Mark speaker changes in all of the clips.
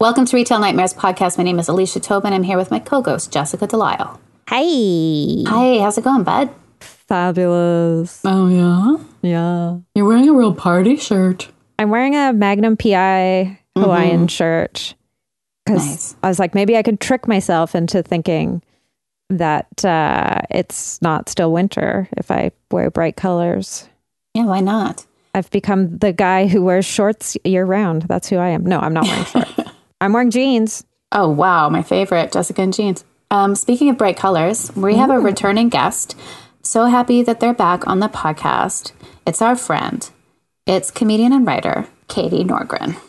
Speaker 1: Welcome to Retail Nightmares Podcast. My name is Alicia Tobin. I'm here with my co ghost, Jessica Delisle.
Speaker 2: Hi.
Speaker 1: Hi, how's it going, bud?
Speaker 2: Fabulous.
Speaker 1: Oh, yeah.
Speaker 2: Yeah.
Speaker 1: You're wearing a real party shirt.
Speaker 2: I'm wearing a Magnum PI Hawaiian shirt because
Speaker 1: Nice.
Speaker 2: I was like, maybe I could trick myself into thinking that uh, it's not still winter if I wear bright colors.
Speaker 1: Yeah, why not?
Speaker 2: I've become the guy who wears shorts year round. That's who I am. No, I'm not wearing shorts. I'm wearing jeans.
Speaker 1: Oh, wow. My favorite, Jessica and Jeans. Um, speaking of bright colors, we have a returning guest. So happy that they're back on the podcast. It's our friend, it's comedian and writer, Katie Norgren.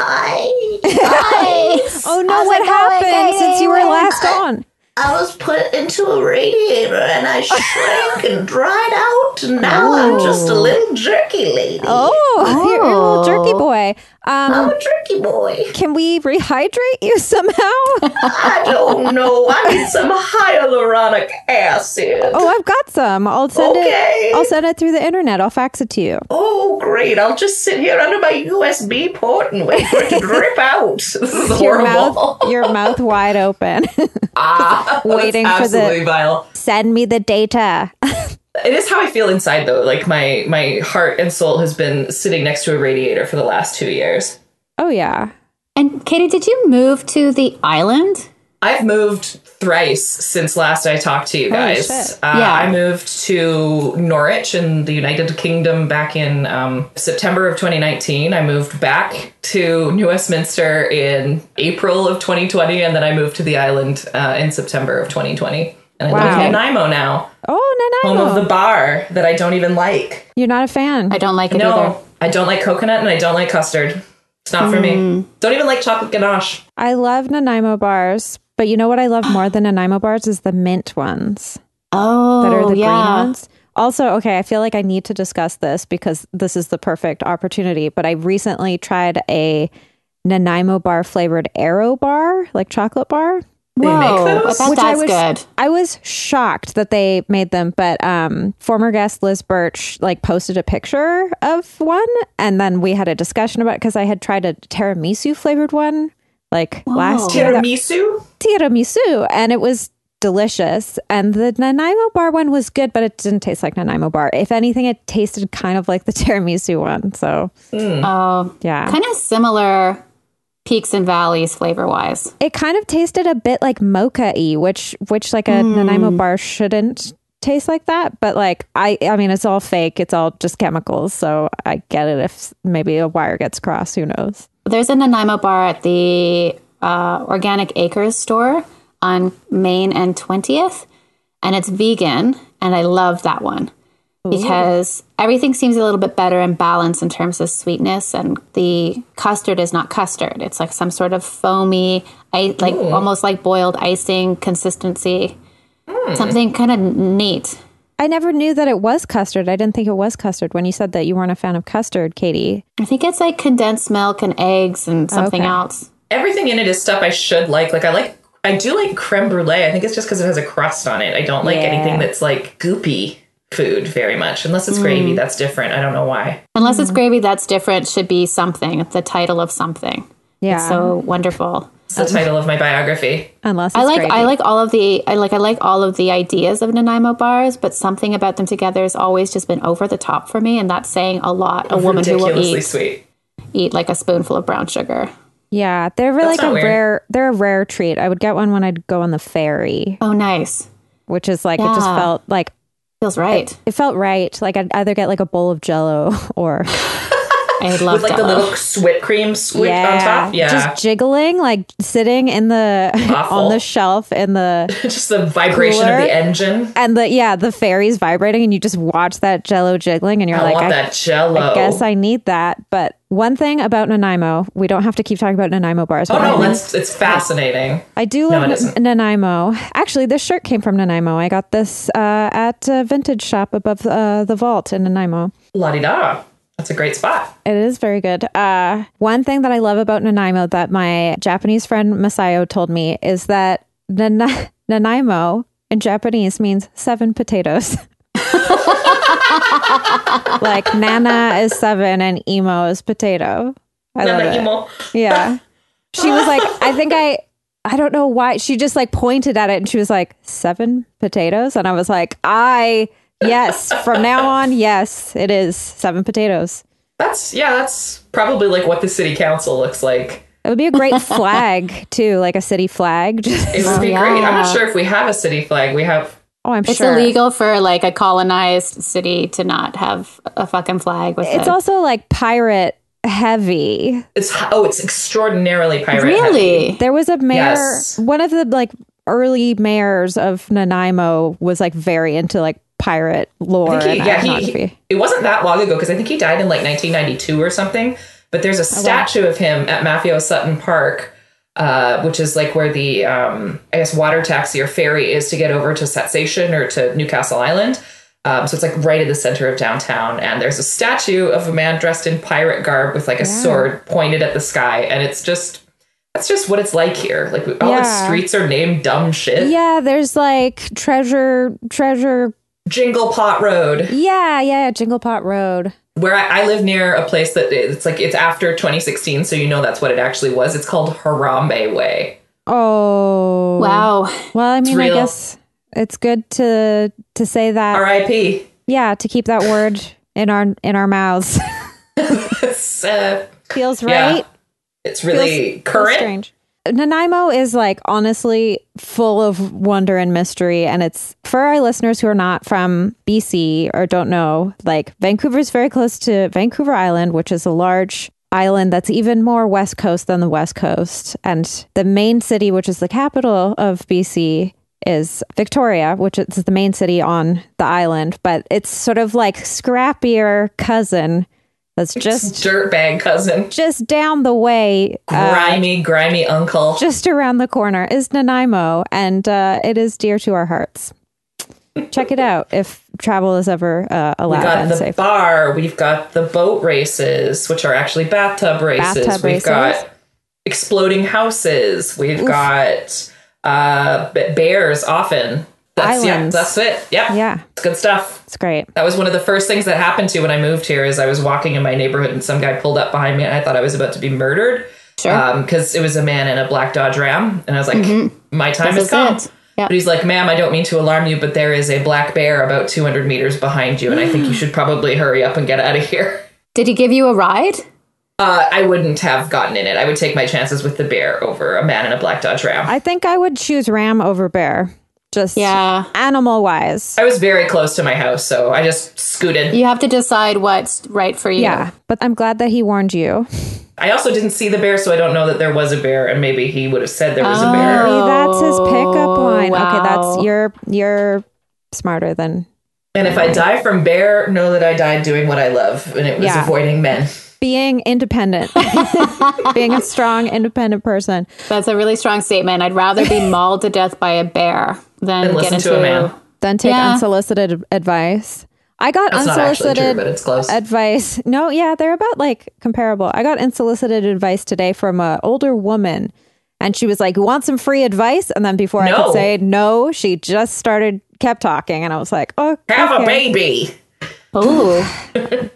Speaker 2: Oh no, what happened since you were last on?
Speaker 3: I was put into a radiator and I shrank and dried out. And now I'm just a little jerky lady.
Speaker 2: Oh, you're, you're a little jerky
Speaker 1: Oh.
Speaker 2: boy. Um,
Speaker 3: I'm a jerky boy.
Speaker 2: can we rehydrate you somehow?
Speaker 3: I don't know. I need some hyaluronic acid.
Speaker 2: Oh, I've got some. I'll send
Speaker 3: Okay.
Speaker 2: it. I'll send it through the internet. I'll fax it to you.
Speaker 3: Oh, great. I'll just sit here under my USB port and wait for it to drip out. This is
Speaker 2: Your
Speaker 3: horrible.
Speaker 2: mouth, your mouth wide open.
Speaker 3: Ah, that's
Speaker 2: waiting for the-
Speaker 3: absolutely vile.
Speaker 2: send me the data.
Speaker 3: It is how I feel inside, though. Like, my, my heart and soul has been sitting next to a radiator for the last two years.
Speaker 2: Oh yeah.
Speaker 1: And Katie, did you move to the island?
Speaker 3: I've moved thrice since last I talked to you
Speaker 2: Holy
Speaker 3: guys.
Speaker 2: shit.
Speaker 3: Uh,
Speaker 1: Yeah.
Speaker 3: I moved to Norwich in the United Kingdom back in um, September of 2019. I moved back to New Westminster in April of 2020, and then I moved to the island uh, in September of 2020. And I live
Speaker 2: Wow.
Speaker 3: in Nanaimo now,
Speaker 2: Oh no
Speaker 3: home
Speaker 2: no.
Speaker 3: of the bar that I don't even like.
Speaker 2: You're not a fan.
Speaker 1: I don't like it either.
Speaker 3: No, I don't like coconut and I don't like custard. It's not for
Speaker 2: Hmm.
Speaker 3: me. Don't even like chocolate ganache.
Speaker 2: I love Nanaimo bars, but you know what I love more than Nanaimo bars is the mint ones
Speaker 1: Oh,
Speaker 2: that are the
Speaker 1: yeah.
Speaker 2: green ones. Also, okay, I feel like I need to discuss this because this is the perfect opportunity. But I recently tried a Nanaimo bar flavored arrow bar, like chocolate bar.
Speaker 3: They
Speaker 1: Whoa,
Speaker 3: make
Speaker 1: I
Speaker 3: those?
Speaker 1: bet
Speaker 2: Which I
Speaker 1: that's
Speaker 2: was-
Speaker 1: good.
Speaker 2: I was shocked that they made them, but um, former guest Liz Birch like posted a picture of one, and then we had a discussion about because I had tried a tiramisu flavored one like
Speaker 1: Oh.
Speaker 2: last year, that-
Speaker 3: Tiramisu?
Speaker 2: tiramisu, and it was delicious. And the Nanaimo bar one was good, but it didn't taste like Nanaimo bar. If anything, it tasted kind of like the tiramisu one. So
Speaker 1: Oh,
Speaker 2: yeah,
Speaker 1: kind of similar peaks and valleys flavor wise.
Speaker 2: it kind of tasted a bit like mocha y, which which like a
Speaker 1: Hmm.
Speaker 2: Nanaimo bar shouldn't taste like that. But like I I mean it's all fake. It's all just chemicals. So I get it if maybe a wire gets crossed, who knows?
Speaker 1: There's a Nanaimo bar at the uh, Organic Acres store on Main and 20th, and it's vegan, and I love that one because everything seems a little bit better and balanced in terms of sweetness, and the custard is not custard. It's like some sort of foamy, I, like almost like boiled icing consistency, something kind of neat.
Speaker 2: I never knew that it was custard. I didn't think it was custard when you said that you weren't a fan of custard, Katie.
Speaker 1: I think it's like condensed milk and eggs and something
Speaker 2: Okay.
Speaker 1: else.
Speaker 3: everything in it is stuff I should like. Like I like I do like creme brulee. I think it's just because it has a crust on it. I don't like
Speaker 2: Yeah.
Speaker 3: anything that's like goopy food very much, unless it's
Speaker 2: Mm.
Speaker 3: gravy. That's different. I don't know why.
Speaker 1: Unless it's gravy, that's different. Should be something. The title of something.
Speaker 2: Yeah.
Speaker 1: It's so wonderful.
Speaker 3: It's the title of my biography.
Speaker 2: Unless it's
Speaker 1: I like
Speaker 2: gravy.
Speaker 1: I like all of the I like I like all of the ideas of Nanaimo bars, but something about them together has always just been over the top for me, and that's saying a lot. A woman who will
Speaker 3: Ridiculously
Speaker 1: eat
Speaker 3: sweet.
Speaker 1: eat like a spoonful of brown sugar.
Speaker 2: Yeah. They're really like
Speaker 3: not
Speaker 2: a
Speaker 3: weird.
Speaker 2: rare they're a rare treat. I would get one when I'd go on the ferry,
Speaker 1: Oh, nice.
Speaker 2: which is like it just
Speaker 1: Yeah.
Speaker 2: felt like
Speaker 1: Feels right.
Speaker 2: it felt right. Like I'd either get like a bowl of jello or
Speaker 1: I love
Speaker 3: With like
Speaker 1: jello.
Speaker 3: the little whipped cream squid on top. Yeah.
Speaker 2: Just
Speaker 3: Just,
Speaker 2: jiggling, like sitting in the on
Speaker 3: Awful.
Speaker 2: the shelf in the
Speaker 3: the vibration
Speaker 2: Cooler.
Speaker 3: of the engine.
Speaker 2: and the yeah, the ferry's vibrating and you just watch that jello jiggling and you're
Speaker 3: I
Speaker 2: like
Speaker 3: want
Speaker 2: I,
Speaker 3: that jello.
Speaker 2: I guess I need that. But one thing about Nanaimo, we don't have to keep talking about Nanaimo bars.
Speaker 3: Oh
Speaker 2: but
Speaker 3: no,
Speaker 2: I,
Speaker 3: let's, it's fascinating.
Speaker 2: I do
Speaker 3: No,
Speaker 2: love
Speaker 3: it isn't.
Speaker 2: Nanaimo. Actually, this shirt came from Nanaimo. I got this uh, at a vintage shop above uh, the vault in Nanaimo.
Speaker 3: La di da. That's a great spot.
Speaker 2: It is very good. Uh, one thing that I love about Nanaimo that my Japanese friend Masayo told me is that Nana- Nanaimo in Japanese means seven potatoes. like Nana is seven and Emo is potato. I love it.
Speaker 3: Nanaimo.
Speaker 2: Yeah. She was like, I think I, I don't know why. She just like pointed at it and she was like, seven potatoes. And I was like, I, yes, from now on, yes, it is seven potatoes.
Speaker 3: That's yeah, that's probably like what the city council looks like.
Speaker 2: It would be a great flag too, like a city flag.
Speaker 3: It
Speaker 2: Just,
Speaker 3: would
Speaker 1: Oh,
Speaker 3: be great. I'm
Speaker 1: yeah.
Speaker 3: not sure if we have a city flag. We have
Speaker 2: oh, I'm
Speaker 1: It's
Speaker 2: sure.
Speaker 1: illegal for like a colonized city to not have a fucking flag with
Speaker 2: It's
Speaker 1: a-
Speaker 2: also like pirate heavy.
Speaker 3: it's oh, it's extraordinarily pirate. heavy.
Speaker 1: really.
Speaker 2: There was a mayor,
Speaker 3: Yes.
Speaker 2: one of the like early mayors of Nanaimo was like very into like pirate lore
Speaker 3: I think he,
Speaker 2: and
Speaker 3: yeah, he,
Speaker 2: iconography.
Speaker 3: it wasn't that long ago because I think he died in like 1992 or something. But there's a
Speaker 2: Oh,
Speaker 3: statue of him at Mafio Sutton Park, uh, which is like where the um, I guess water taxi or ferry is to get over to Sensation or to Newcastle Island. Um, so it's like right in the center of downtown, and there's a statue of a man dressed in pirate garb with like a sword pointed at the sky, and it's just that's just what it's like here. Like all the
Speaker 2: Yeah.
Speaker 3: streets are named dumb shit.
Speaker 2: yeah, there's like treasure, treasure.
Speaker 3: Jingle Pot Road.
Speaker 2: Yeah, yeah, Jingle Pot Road.
Speaker 3: where I, I live near a place that it's like it's after 2016, so you know that's what it actually was. It's called Harambe Way.
Speaker 2: Oh,
Speaker 1: Wow.
Speaker 2: Well, I mean, I
Speaker 3: real.
Speaker 2: guess it's good to to say that.
Speaker 3: R.I.P.
Speaker 2: Yeah, to keep that word in our in our mouths
Speaker 3: It's uh,
Speaker 2: feels
Speaker 3: Yeah.
Speaker 2: right.
Speaker 3: it's really current.
Speaker 2: Strange. Nanaimo is like honestly full of wonder and mystery. And it's for our listeners who are not from BC or don't know, like Vancouver's very close to Vancouver Island, which is a large island that's even more west coast than the west coast. And the main city, which is the capital of BC, is Victoria, which is the main city on the island, but it's sort of like scrappier cousin that's just
Speaker 3: Dirtbag cousin,
Speaker 2: just down the way uh,
Speaker 3: grimy, grimy uncle.
Speaker 2: just around the corner is Nanaimo, and uh, it is dear to our hearts. Check it out if travel is ever uh,
Speaker 3: We
Speaker 2: allowed
Speaker 3: got
Speaker 2: and
Speaker 3: the
Speaker 2: safe.
Speaker 3: bar. We've got the boat races, which are actually bathtub races.
Speaker 2: Bathtub
Speaker 3: We've
Speaker 2: races.
Speaker 3: got exploding houses. We've got uh, b- bears often. That's, yeah,
Speaker 2: Islands.
Speaker 3: that's it. Yeah.
Speaker 2: Yeah,
Speaker 3: It's good stuff.
Speaker 2: it's great.
Speaker 3: That was one of the first things that happened to when I moved here. Is I was walking in my neighborhood and some guy pulled up behind me and I thought I was about to be murdered
Speaker 1: Sure.
Speaker 3: because it was a man in a black Dodge Ram and I was like,
Speaker 1: Mm-hmm.
Speaker 3: my time has
Speaker 1: This is
Speaker 3: come.
Speaker 1: it. Yeah.
Speaker 3: But he's like, ma'am, I don't mean to alarm you, but there is a black bear about 200 meters behind you, and I think you should probably hurry up and get out of here.
Speaker 1: Did he give you a ride?
Speaker 3: Uh, I wouldn't have gotten in it. I would take my chances with the bear over a man in a black Dodge Ram. I,
Speaker 2: I think I would choose ram over bear, just
Speaker 1: Yeah.
Speaker 2: animal wise.
Speaker 3: was very close to my house, so I just scooted.
Speaker 1: You have to decide what's right for you.
Speaker 2: Yeah, but I'm glad that he warned you.
Speaker 3: I also didn't see the bear, so I don't know that there was a bear, and maybe he would have said there was a
Speaker 1: Oh.
Speaker 3: bear.
Speaker 2: Hey, that's his pickup line. Okay,
Speaker 1: wow.
Speaker 2: that's you're you're smarter than
Speaker 3: And if I die from bear, know that I died doing what I love, and it was
Speaker 2: Yeah.
Speaker 3: avoiding men.
Speaker 2: being independent, being a strong, independent person.
Speaker 1: That's a really strong statement. I'd rather be mauled to death by a bear
Speaker 3: And
Speaker 1: than get
Speaker 3: listen
Speaker 1: into
Speaker 3: to a man.
Speaker 2: Then take
Speaker 1: Yeah.
Speaker 2: unsolicited ad- advice. I got
Speaker 3: That's not actually
Speaker 2: unsolicited
Speaker 3: true, but it's close.
Speaker 2: advice. No, yeah, they're about like comparable. I got unsolicited advice today from a older woman, and she was like, "You want some free advice?" And then before I
Speaker 3: No.
Speaker 2: could say no, she just started kept talking, and I was like, "Oh,
Speaker 3: Have a
Speaker 2: okay."
Speaker 3: baby.
Speaker 1: Oh,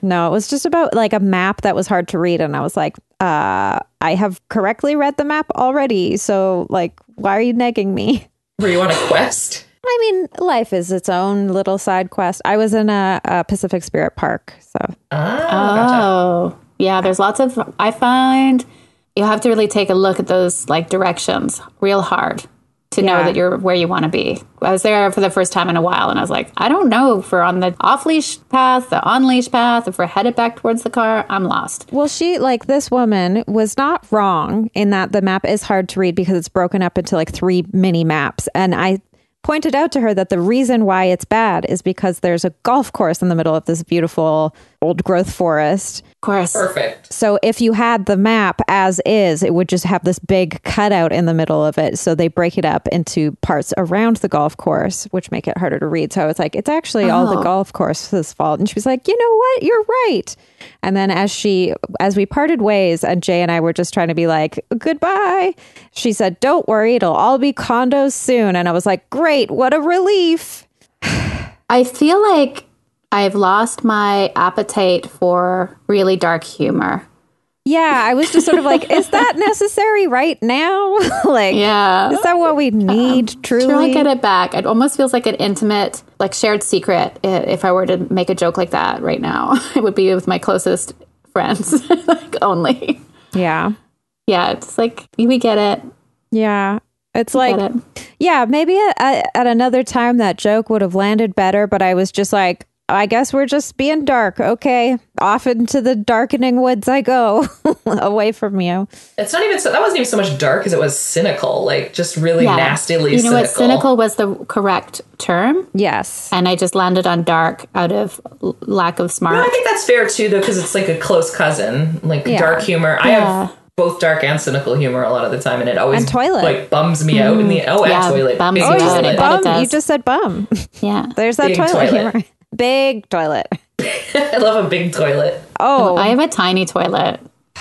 Speaker 2: No, it was just about like a map that was hard to read, and I was like, "Uh, I have correctly read the map already, so like, why are you negging me?"
Speaker 3: Were you on a quest?
Speaker 2: I mean, life is its own little side quest. I was in a, a Pacific Spirit Park, so
Speaker 3: Ah,
Speaker 1: oh, yeah. There's lots of. I find you have to really take a look at those like directions real hard to know
Speaker 2: Yeah.
Speaker 1: that you're where you want to be. I was there for the first time in a while, and I was like, I don't know if we're on the off leash path, the on leash path, if we're headed back towards the car. I'm lost.
Speaker 2: Well, she, like this woman, was not wrong in that the map is hard to read because it's broken up into like three mini maps. And I pointed out to her that the reason why it's bad is because there's a golf course in the middle of this beautiful old growth forest.
Speaker 1: Of course.
Speaker 3: perfect.
Speaker 2: So if you had the map as is, it would just have this big cutout in the middle of it. So they break it up into parts around the golf course, which make it harder to read. So I was like, it's actually all the golf course's fault. And she was like, you know what? You're right. And then as she as we parted ways and Jay and I were just trying to be like, goodbye, she said, Don't worry, it'll all be condos soon. And I was like, Great, what a relief.
Speaker 1: I feel like I've lost my appetite for really dark humor.
Speaker 2: Yeah, I was just sort of like, is that necessary right now? like,
Speaker 1: Yeah.
Speaker 2: is that what we need truly?
Speaker 1: Truly get it back. It almost feels like an intimate, like shared secret. i- If I were to make a joke like that right now, it would be with my closest friends, like only.
Speaker 2: yeah.
Speaker 1: Yeah, it's like we get it.
Speaker 2: Yeah. It's
Speaker 1: Get
Speaker 2: like,
Speaker 1: it.
Speaker 2: yeah, maybe at, at at another time that joke would have landed better, but I was just like, I guess we're just being dark. Okay. Off into the darkening woods I go away from you.
Speaker 3: It's not even so. That wasn't even so much dark as it was cynical. Like just really
Speaker 1: Yeah.
Speaker 3: nastily
Speaker 1: You know
Speaker 3: cynical.
Speaker 1: what? Cynical was the correct term,
Speaker 2: Yes.
Speaker 1: and I just landed on dark out of l- lack of smart.
Speaker 3: I think that's fair too, though, because it's like a close cousin. Like
Speaker 2: Yeah.
Speaker 3: dark humor. I
Speaker 1: Yeah.
Speaker 3: have both dark and cynical humor a lot of the time, and it always
Speaker 2: And toilet.
Speaker 3: like bums me out in the oh
Speaker 1: Mm. Yeah,
Speaker 3: and toilet.
Speaker 1: bums
Speaker 3: Big
Speaker 1: you
Speaker 2: Oh, you
Speaker 1: Yeah,
Speaker 2: said
Speaker 3: toilet.
Speaker 1: it- but it
Speaker 2: bum. You
Speaker 1: does.
Speaker 2: just said bum.
Speaker 1: yeah.
Speaker 2: There's that
Speaker 3: Big
Speaker 2: toilet,
Speaker 3: toilet.
Speaker 2: humor. Big toilet.
Speaker 3: I love a big toilet.
Speaker 2: Oh,
Speaker 1: I have a tiny toilet.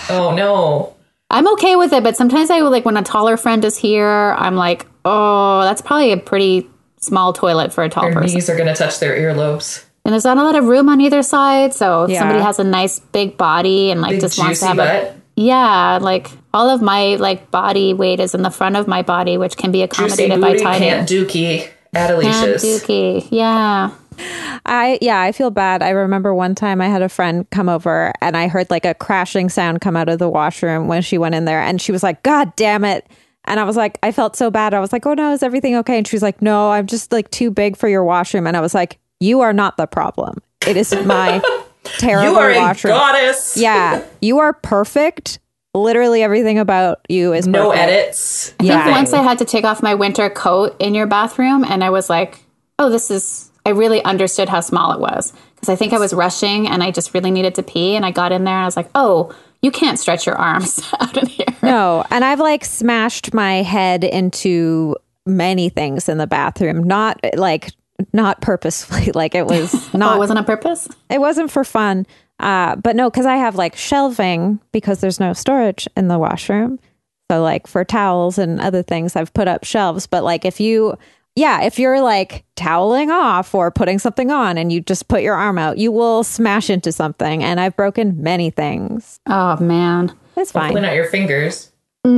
Speaker 3: Oh no.
Speaker 1: I'm okay with it, but sometimes I will like when a taller friend is here, I'm like, oh, that's probably a pretty small toilet for a tall
Speaker 3: Your
Speaker 1: person.
Speaker 3: knees are gonna touch their earlobes.
Speaker 1: And there's not a lot of room on either side, so if
Speaker 2: Yeah.
Speaker 1: somebody has a nice big body and like
Speaker 3: Big
Speaker 1: just wants to
Speaker 3: juicy
Speaker 1: have a
Speaker 3: butt.
Speaker 1: yeah, like all of my like body weight is in the front of my body, which can be
Speaker 3: Juicy
Speaker 1: accommodated by
Speaker 3: booty
Speaker 1: tiny.
Speaker 3: can't dookie.
Speaker 1: And
Speaker 3: Adelicious.
Speaker 1: dookie, yeah.
Speaker 2: I yeah, I feel bad. I remember one time I had a friend come over and I heard like a crashing sound come out of the washroom when she went in there and she was like, "God damn it." And I was like, I felt so bad. I was like, "Oh no, is everything okay?" And she's like, "No, I'm just like too big for your washroom." And I was like, "You are not the problem. It is my terrible
Speaker 3: You are a
Speaker 2: washroom."
Speaker 3: goddess.
Speaker 2: Yeah, you are perfect. Literally everything about you is
Speaker 3: No
Speaker 2: perfect.
Speaker 3: edits.
Speaker 1: I think
Speaker 2: Yeah.
Speaker 1: once I had to take off my winter coat in your bathroom, and I was like, oh, this is, I really understood how small it was. Because I think I was rushing and I just really needed to pee. And I got in there and I was like, oh, you can't stretch your arms out in here.
Speaker 2: No, and I've like smashed my head into many things in the bathroom. Not like not purposefully. Like it was
Speaker 1: Oh, it
Speaker 2: not.
Speaker 1: wasn't on purpose?
Speaker 2: it wasn't for fun. Uh, but no, because I have like shelving because there's no storage in the washroom. So like for towels and other things, I've put up shelves. But like if you, yeah, if you're like toweling off or putting something on and you just put your arm out, you will smash into something. And I've broken many things.
Speaker 1: Oh, man.
Speaker 2: It's fine.
Speaker 3: Hopefully not your fingers.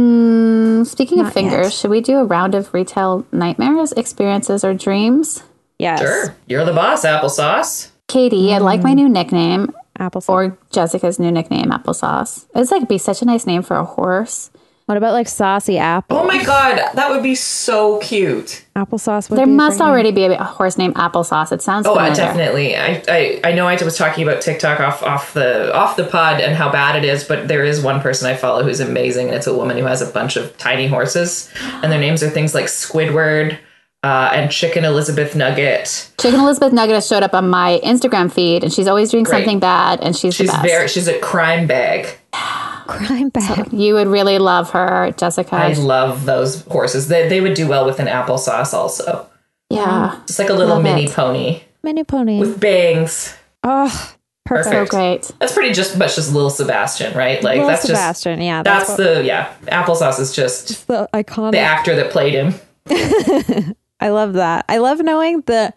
Speaker 1: Mm, speaking of
Speaker 2: Not
Speaker 1: fingers,
Speaker 2: yet.
Speaker 1: should we do a round of retail nightmares, experiences, or dreams?
Speaker 2: Yes.
Speaker 3: Sure. You're the boss, applesauce.
Speaker 1: Katie, I like my
Speaker 2: Hmm.
Speaker 1: new nickname
Speaker 2: Apple sauce.
Speaker 1: or Jessica's new nickname, Applesauce. It's like be such a nice name for a horse.
Speaker 2: What about like saucy apple?
Speaker 3: Oh my god, that would be so cute.
Speaker 2: Applesauce would
Speaker 1: There
Speaker 2: be a
Speaker 1: must
Speaker 2: great
Speaker 1: already be a horse named Applesauce. It sounds
Speaker 3: Oh,
Speaker 1: familiar.
Speaker 3: uh, definitely. I, I I know I was talking about TikTok off off the off the pod and how bad it is, but there is one person I follow who's amazing, and it's a woman who has a bunch of tiny horses, and their names are things like Squidward uh, and Chicken Elizabeth Nugget.
Speaker 1: Chicken Elizabeth Nugget has showed up on my Instagram feed, and she's always doing
Speaker 3: Great.
Speaker 1: something bad, and she's,
Speaker 3: She's
Speaker 1: the best.
Speaker 3: very she's a crime bag.
Speaker 2: crime bag.
Speaker 1: you would really love her, Jessica.
Speaker 3: I love those horses. They they would do well with an applesauce also.
Speaker 1: yeah,
Speaker 3: Just like a little
Speaker 1: Love
Speaker 3: mini
Speaker 1: it.
Speaker 3: pony
Speaker 2: Mini pony.
Speaker 3: with bangs.
Speaker 2: Oh, perfect.
Speaker 1: so
Speaker 3: Perfect.
Speaker 1: great.
Speaker 3: That's pretty just much just little Sebastian, right? Like
Speaker 2: Little
Speaker 3: that's just
Speaker 2: Sebastian. yeah, that's,
Speaker 3: that's the yeah. Applesauce is just
Speaker 2: what, the iconic.
Speaker 3: the actor that played him.
Speaker 2: I love that. I love knowing the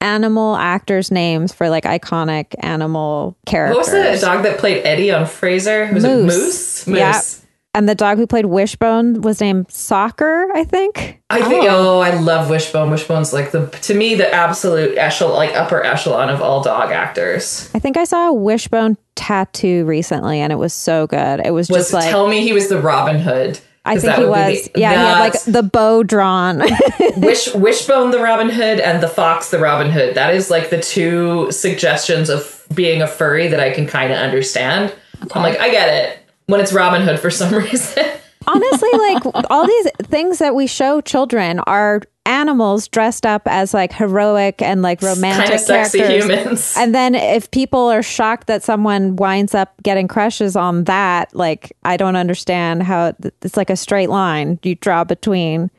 Speaker 2: animal actors' names for like iconic animal
Speaker 3: What
Speaker 2: characters.
Speaker 3: was the dog that played Eddie on Fraser? Was
Speaker 2: Moose.
Speaker 3: it Moose? Moose.
Speaker 2: Yeah. And the dog who played Wishbone was named Soccer, I think.
Speaker 3: I think. Oh. I love Wishbone. Wishbone's like the to me the absolute echelon, like upper echelon of all dog actors.
Speaker 2: I think I saw a Wishbone tattoo recently, and it was so good. It was,
Speaker 3: Was
Speaker 2: just like.
Speaker 3: tell me he was the Robin Hood.
Speaker 2: I
Speaker 3: 'cause
Speaker 2: think
Speaker 3: that
Speaker 2: he
Speaker 3: would be
Speaker 2: was.
Speaker 3: the-
Speaker 2: yeah, he had like
Speaker 3: that's-
Speaker 2: the bow drawn.
Speaker 3: Wish Wishbone the Robin Hood and the Fox the Robin Hood. That is like the two suggestions of being a furry that I can kind of understand. I'm like, I get it when it's Robin Hood for some reason.
Speaker 2: honestly like all these things that we show children are animals dressed up as like heroic and like
Speaker 3: kind of
Speaker 2: romantic
Speaker 3: sexy
Speaker 2: characters
Speaker 3: humans.
Speaker 2: and then if people are shocked that someone winds up getting crushes on that like i don't understand how th- it's like a straight line you draw between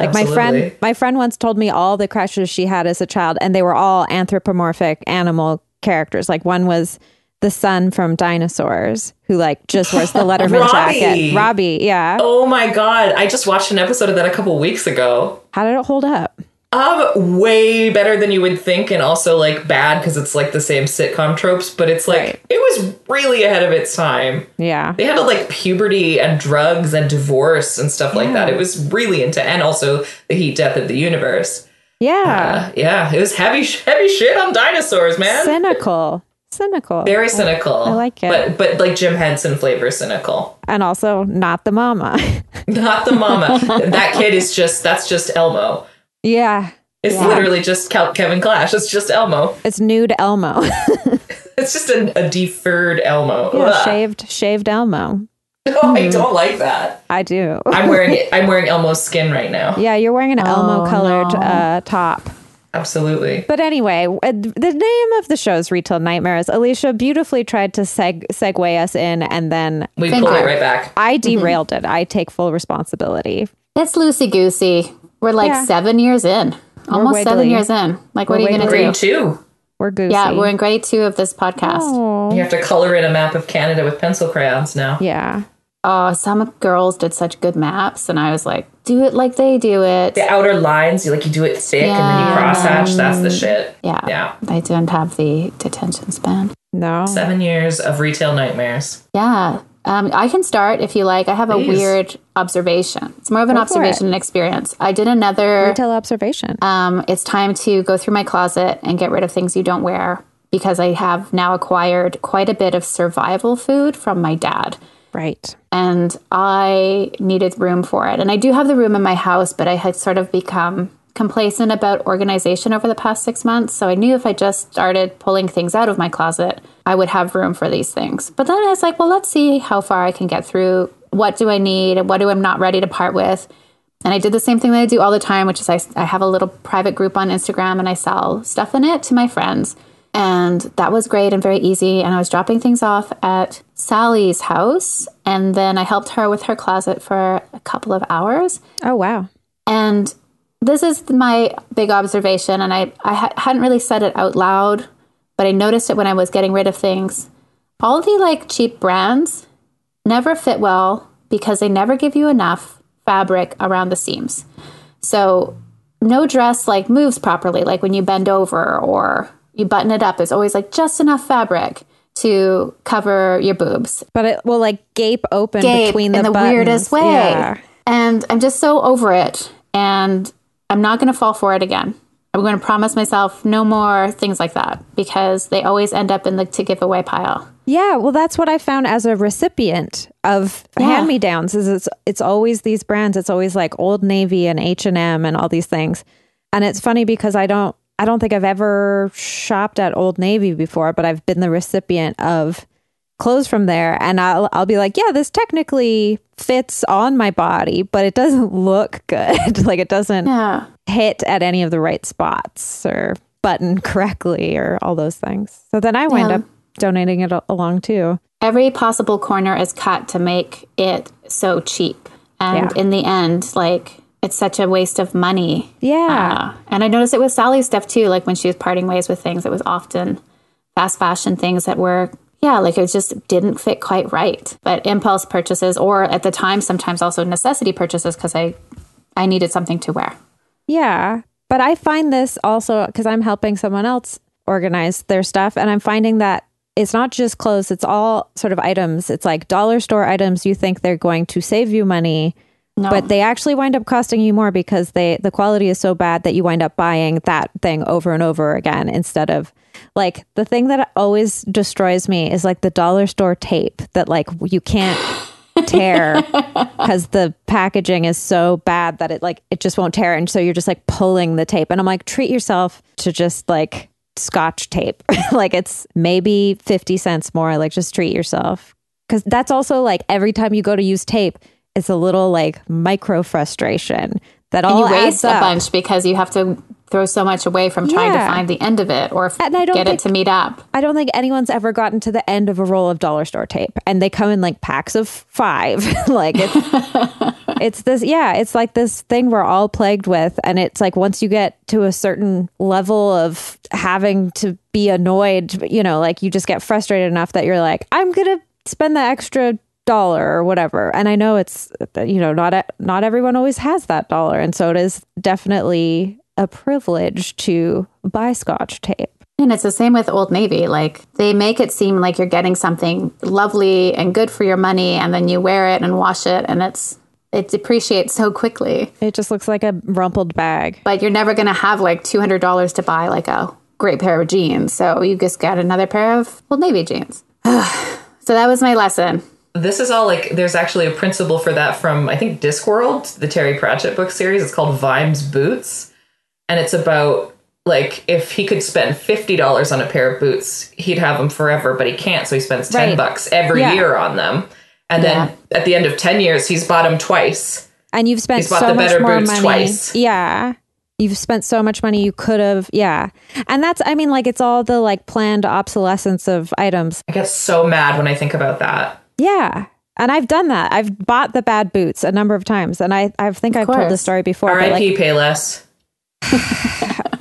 Speaker 2: like my friend
Speaker 3: Absolutely.
Speaker 2: my friend once told me all the crushes she had as a child and they were all anthropomorphic animal characters like one was the son from dinosaurs who like just wears the letterman
Speaker 3: Robbie.
Speaker 2: jacket robbie yeah
Speaker 3: Oh my god! I just watched an episode of that a couple weeks ago.
Speaker 2: How did it hold up?
Speaker 3: Um, way better than you would think, and also like bad because it's like the same sitcom tropes, but it's like
Speaker 2: Right.
Speaker 3: it was really ahead of its time.
Speaker 2: Yeah.
Speaker 3: They handled like puberty and drugs and divorce and stuff like that. It was really into and also the heat death of the universe.
Speaker 2: Yeah.
Speaker 3: Uh, yeah, it was heavy, sh- heavy shit on dinosaurs, man.
Speaker 2: cynical. Cynical.
Speaker 3: Very cynical. I
Speaker 2: like it.
Speaker 3: but but like Jim Henson flavor cynical,
Speaker 2: and also not the mama.
Speaker 3: not the mama. that kid is just that's just Elmo.
Speaker 2: yeah.
Speaker 3: It's literally just Kel- Kevin Clash. It's just Elmo.
Speaker 2: It's nude Elmo.
Speaker 3: It's just a, a deferred Elmo.
Speaker 2: yeah, Hmm.
Speaker 3: Ugh.
Speaker 2: shaved shaved Elmo.
Speaker 3: No, I don't like that.
Speaker 2: I do.
Speaker 3: I'm wearing it. I'm wearing Elmo's skin right now.
Speaker 2: Yeah, you're wearing an
Speaker 1: Oh,
Speaker 2: Elmo colored uh, top.
Speaker 3: Absolutely.
Speaker 2: But anyway, w- the name of the show's Retail Nightmares. Alicia beautifully tried to seg- segue us in, and then
Speaker 3: We
Speaker 1: Thank
Speaker 3: pulled it
Speaker 1: you.
Speaker 3: right back.
Speaker 2: I
Speaker 1: Mm-hmm.
Speaker 2: derailed it. I take full responsibility.
Speaker 1: It's loosey goosey. We're like
Speaker 2: Yeah.
Speaker 1: seven years in, almost seven
Speaker 2: wiggly.
Speaker 1: years in. Like, what
Speaker 2: We're
Speaker 1: are you going
Speaker 3: Grade
Speaker 1: to do?
Speaker 3: two.
Speaker 2: We're goosey.
Speaker 1: Yeah, we're in grade two of this podcast.
Speaker 2: Oh.
Speaker 3: You have to color in a map of Canada with pencil crayons now.
Speaker 2: yeah.
Speaker 1: Oh, some girls did such good maps, and I was like, do it like they do it.
Speaker 3: The outer lines, you like you do it thick and then you
Speaker 1: Yeah.
Speaker 3: cross hatch. That's the shit.
Speaker 1: Yeah.
Speaker 3: Yeah.
Speaker 1: They didn't have the detention span.
Speaker 2: No.
Speaker 3: Seven years of retail nightmares.
Speaker 1: Yeah. Um, I can start if you like. I have
Speaker 3: Please.
Speaker 1: a weird observation. It's more of an
Speaker 2: Go for
Speaker 1: observation and experience. I did another.
Speaker 2: Retail observation.
Speaker 1: Um, it's time to go through my closet and get rid of things you don't wear because I have now acquired quite a bit of survival food from my dad.
Speaker 2: right.
Speaker 1: and I needed room for it. And I do have the room in my house, but I had sort of become complacent about organization over the past six months. So I knew if I just started pulling things out of my closet, I would have room for these things. But then I was like, well, let's see how far I can get through. What do I need? And what do I'm not ready to part with? And I did the same thing that I do all the time, which is I, I have a little private group on Instagram and I sell stuff in it to my friends. And that was great and very easy. And I was dropping things off at Sally's house. And then I helped her with her closet for a couple of hours.
Speaker 2: Oh wow.
Speaker 1: And this is my big observation. And I, I ha- hadn't really said it out loud, but I noticed it when I was getting rid of things. All the like cheap brands never fit well because they never give you enough fabric around the seams. So no dress like moves properly, like when you bend over or you button it up, is always like just enough fabric to cover your boobs
Speaker 2: But it will like gape open
Speaker 1: escape
Speaker 2: between the
Speaker 1: in the
Speaker 2: buttons.
Speaker 1: weirdest way.
Speaker 2: Yeah.
Speaker 1: And I'm just so over it. And I'm not going to fall for it again. I'm going to promise myself no more things like that because they always end up in the to give away pile.
Speaker 2: Yeah, well, that's what I found as a recipient of hand me downs. Is it's it's always these brands. It's always like Old Navy and H and M and all these things. And it's funny because I don't I don't think I've ever shopped at Old Navy before, but I've been the recipient of clothes from there, and I'll I'll be like, yeah, this technically fits on my body, but it doesn't look good. like it doesn't
Speaker 1: Yeah.
Speaker 2: hit at any of the right spots or button correctly or all those things. So then I wound
Speaker 1: Yeah.
Speaker 2: up donating it a- along too.
Speaker 1: Every possible corner is cut to make it so cheap. And
Speaker 2: Yeah.
Speaker 1: in the end, like, it's such a waste of money.
Speaker 2: Yeah.
Speaker 1: Uh, and I noticed it with Sally's stuff too. Like when she was parting ways with things, it was often fast fashion things that were, yeah, like it just didn't fit quite right. But impulse purchases, or at the time, sometimes also necessity purchases, because I, I needed something to wear.
Speaker 2: yeah. But I find this also because I'm helping someone else organize their stuff. And I'm finding that it's not just clothes, it's all sort of items. It's like dollar store items you think they're going to save you money.
Speaker 1: No.
Speaker 2: But they actually wind up costing you more because they the quality is so bad that you wind up buying that thing over and over again instead of like the thing that always destroys me is like the dollar store tape that like you can't tear because the packaging is so bad that it like it just won't tear and so you're just like pulling the tape and I'm like treat yourself to just like scotch tape like it's maybe 50 cents more like just treat yourself because that's also like every time you go to use tape, it's a little like micro frustration that all
Speaker 1: you
Speaker 2: adds
Speaker 1: waste a
Speaker 2: up.
Speaker 1: bunch because you have to throw so much away from trying
Speaker 2: Yeah.
Speaker 1: to find the end of it or f-
Speaker 2: And I don't
Speaker 1: get
Speaker 2: think-
Speaker 1: it to meet up.
Speaker 2: I don't think anyone's ever gotten to the end of a roll of dollar store tape, and they come in like packs of five. like it's, it's this, yeah, it's like this thing we're all plagued with, and it's like once you get to a certain level of having to be annoyed, you know, like you just get frustrated enough that you're like, I'm gonna spend the extra dollar or whatever. And I know it's you know not e, not everyone always has that dollar, and so it is definitely a privilege to buy Scotch tape.
Speaker 1: And it's the same with Old Navy. Like they make it seem like you're getting something lovely and good for your money, and then you wear it and wash it, and it's it depreciates so quickly.
Speaker 2: It just looks like a rumpled bag.
Speaker 1: But you're never going to have like two hundred dollars to buy like a great pair of jeans, so you just get another pair of Old Navy jeans. so that was my lesson.
Speaker 3: This is all like there's actually a principle for that from I think Discworld, the Terry Pratchett book series. It's called Vimes Boots, and it's about like if he could spend fifty dollars on a pair of boots, he'd have them forever, but he can't, so he spends ten
Speaker 2: Right.
Speaker 3: bucks every
Speaker 2: Yeah.
Speaker 3: year on them. And then at the end of ten years, he's bought them twice.
Speaker 2: And you've spent
Speaker 3: He's bought
Speaker 2: so
Speaker 3: the
Speaker 2: much
Speaker 3: better
Speaker 2: more
Speaker 3: boots
Speaker 2: money.
Speaker 3: twice.
Speaker 2: Yeah. You've spent so much money you could have. Yeah. And that's I mean like it's all the like planned obsolescence of items.
Speaker 3: I get so mad when I think about that.
Speaker 2: Yeah. And I've done that. I've bought the bad boots a number of times and I I think I've told this
Speaker 1: course.
Speaker 2: story before but like
Speaker 3: R.I.P. Payless.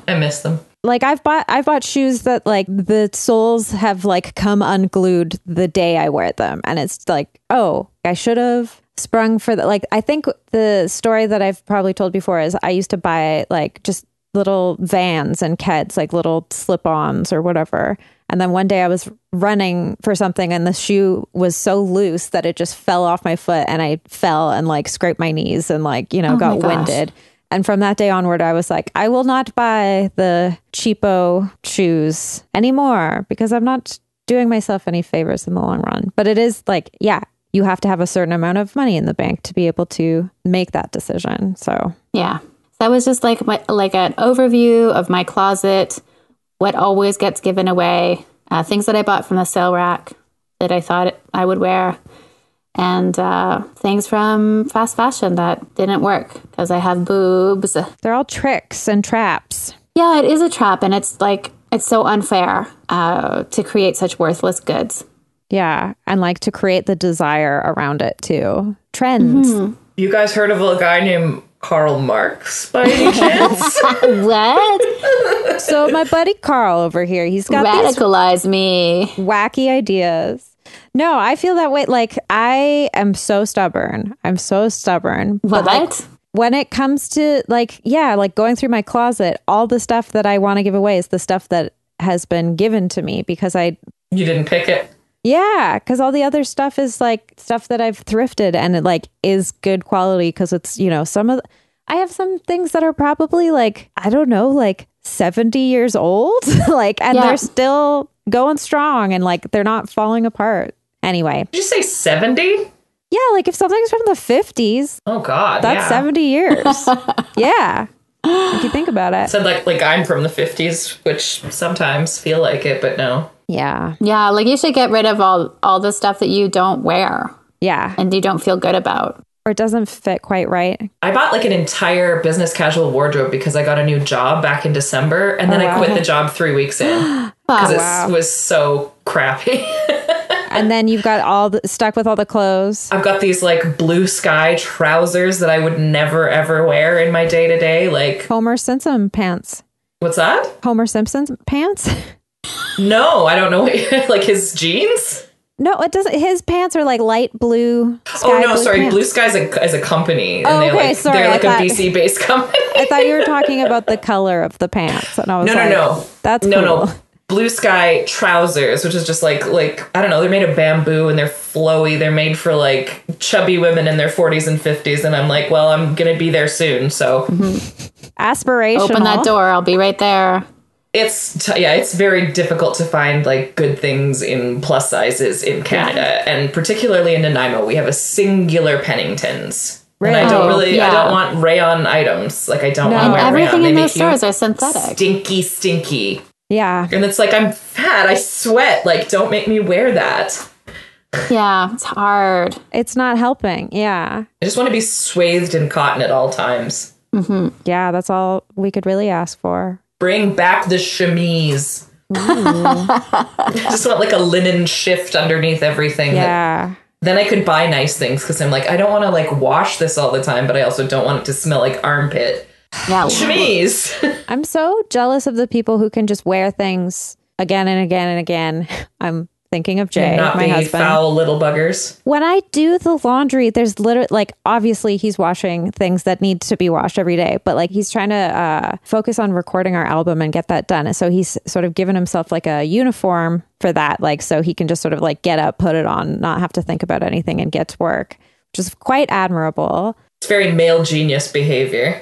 Speaker 3: I miss them.
Speaker 2: like I've bought I've bought shoes that like the soles have like come unglued the day I wear them and it's like oh I should have sprung for that like I think the story that I've probably told before is I used to buy like just little vans and keds like little slip-ons or whatever and then one day I was running for something and the shoe was so loose that it just fell off my foot and I fell and like scraped my knees and like you know got
Speaker 1: gosh.
Speaker 2: winded did. And from that day onward, I was like, I will not buy the cheapo shoes anymore because I'm not doing myself any favors in the long run. But it is like, yeah, you have to have a certain amount of money in the bank to be able to make that decision. So,
Speaker 1: Yeah. That was just like my like an overview of my closet, what always gets given away, uh, things that I bought from the sale rack that I thought I would wear, and uh, things from fast fashion that didn't work because I have boobs.
Speaker 2: they're all tricks and traps.
Speaker 1: Yeah, it is a trap, and it's like it's so unfair uh, to create such worthless goods.
Speaker 2: Yeah. And like to create the desire around it too. Trends.
Speaker 3: You guys heard of a guy named Karl Marx by any chance?
Speaker 1: What
Speaker 2: So, my buddy Carl over here, he's got these
Speaker 1: radicalize me?
Speaker 2: wacky ideas. No, I feel that way. Like I am so stubborn. I'm so stubborn.
Speaker 1: What?
Speaker 2: When it comes to like, yeah, like going through my closet, all the stuff that I want to give away is the stuff that has been given to me because I,
Speaker 3: you didn't pick it.
Speaker 2: yeah, because all the other stuff is like stuff that I've thrifted and it like is good quality because it's, you know, some of, the, I have some things that are probably like, I don't know, like 70 years old, like, and
Speaker 1: Yeah.
Speaker 2: they're still going strong and like they're not falling apart. Anyway,
Speaker 3: Did you say 70?
Speaker 2: yeah, like if something's from the 50s,
Speaker 3: Oh god.
Speaker 2: that's
Speaker 3: yeah.
Speaker 2: 70 years. yeah. If you think about it.
Speaker 3: Said like like I'm from the 50s, which sometimes feel like it, but no.
Speaker 2: Yeah.
Speaker 1: Yeah, like you should get rid of all all the stuff that you don't wear
Speaker 2: Yeah.
Speaker 1: and you don't feel good about.
Speaker 2: Or it doesn't fit quite right.
Speaker 3: I bought like an entire business casual wardrobe because I got a new job back in December and then I quit the job 3 weeks in cuz it
Speaker 2: Oh, wow.
Speaker 3: was so crappy.
Speaker 2: And then you've got all the, stuck with all the clothes.
Speaker 3: I've got these like blue sky trousers that I would never ever wear in my day-to-day like
Speaker 2: Homer Simpson pants.
Speaker 3: what's that?
Speaker 2: Homer Simpson's pants?
Speaker 3: No, I don't know what like his jeans?
Speaker 2: no, it doesn't. His pants are like light blue. Sky
Speaker 3: Oh no,
Speaker 2: blue
Speaker 3: sorry.
Speaker 2: pants.
Speaker 3: Blue Sky's a, is a company, and
Speaker 2: Oh,
Speaker 3: they're
Speaker 2: okay,
Speaker 3: like
Speaker 2: sorry,
Speaker 3: they're like
Speaker 2: I
Speaker 3: a
Speaker 2: thought-
Speaker 3: BC based company.
Speaker 2: I thought you were talking about the color of the pants. And I was
Speaker 3: No, no,
Speaker 2: like,
Speaker 3: no.
Speaker 2: That's
Speaker 3: no,
Speaker 2: cool.
Speaker 3: no. Blue Sky trousers, which is just like like I don't know, they're made of bamboo and they're flowy. They're made for like chubby women in their 40s and 50s, and I'm like, well, I'm gonna be there soon, so
Speaker 2: Aspirational.
Speaker 1: Open that door, I'll be right there.
Speaker 3: it's t- yeah, it's very difficult to find like good things in plus sizes in Canada, and particularly in Nanaimo, we have a singular Penningtons. And I don't
Speaker 1: Really?
Speaker 3: really, I
Speaker 1: Yeah.
Speaker 3: don't want rayon items. Like I don't want to
Speaker 2: No.
Speaker 3: wear
Speaker 1: Everything
Speaker 3: rayon. They
Speaker 1: in
Speaker 3: make
Speaker 1: those stores
Speaker 3: you
Speaker 1: are synthetic.
Speaker 3: stinky, stinky.
Speaker 2: Yeah.
Speaker 3: And it's like I'm fat. I sweat. Like don't make me wear that.
Speaker 1: Yeah, it's hard.
Speaker 2: It's not helping. Yeah.
Speaker 3: I just want to be swathed in cotton at all times.
Speaker 2: Yeah. That's all we could really ask for.
Speaker 3: Bring back the chemise. I just want like a linen shift underneath everything. that-
Speaker 2: Yeah.
Speaker 3: Then I could buy nice things because I'm like, I don't want to like wash this all the time, but I also don't want it to smell like armpit.
Speaker 1: Yeah.
Speaker 3: Chemise.
Speaker 2: I'm so jealous of the people who can just wear things again and again and again. I'm thinking of Jay,
Speaker 3: Not
Speaker 2: my
Speaker 3: be
Speaker 2: husband.
Speaker 3: foul little buggers.
Speaker 2: When I do the laundry, there's literally like obviously he's washing things that need to be washed every day, but like he's trying to uh, focus on recording our album and get that done. And so he's sort of given himself like a uniform for that, like so he can just sort of like get up, put it on, not have to think about anything, and get to work, which is quite admirable.
Speaker 3: It's very male genius behavior.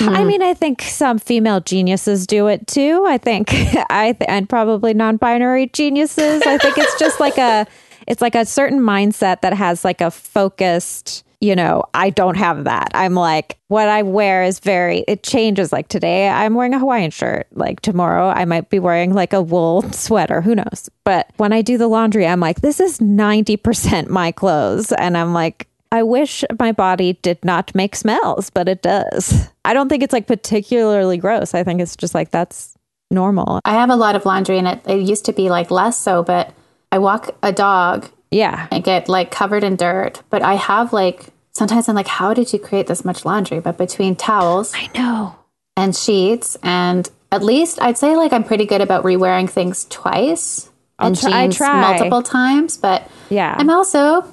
Speaker 2: I mean, I think some female geniuses do it too. I think I th- and probably non-binary geniuses. I think it's just like a it's like a certain mindset that has like a focused, you know, I don't have that. I'm like what I wear is very it changes like today I'm wearing a Hawaiian shirt. Like tomorrow I might be wearing like a wool sweater, who knows. But when I do the laundry, I'm like this is 90% my clothes and I'm like I wish my body did not make smells, but it does. I don't think it's like particularly gross. I think it's just like that's normal.
Speaker 1: I have a lot of laundry and it, it used to be like less so, but I walk a dog
Speaker 2: Yeah.
Speaker 1: and get like covered in dirt. But I have like, sometimes I'm like, how did you create this much laundry? But between towels
Speaker 2: I know.
Speaker 1: and sheets, and at least I'd say like I'm pretty good about rewearing things twice and
Speaker 2: tr- I
Speaker 1: jeans
Speaker 2: try.
Speaker 1: multiple times, but
Speaker 2: Yeah.
Speaker 1: I'm also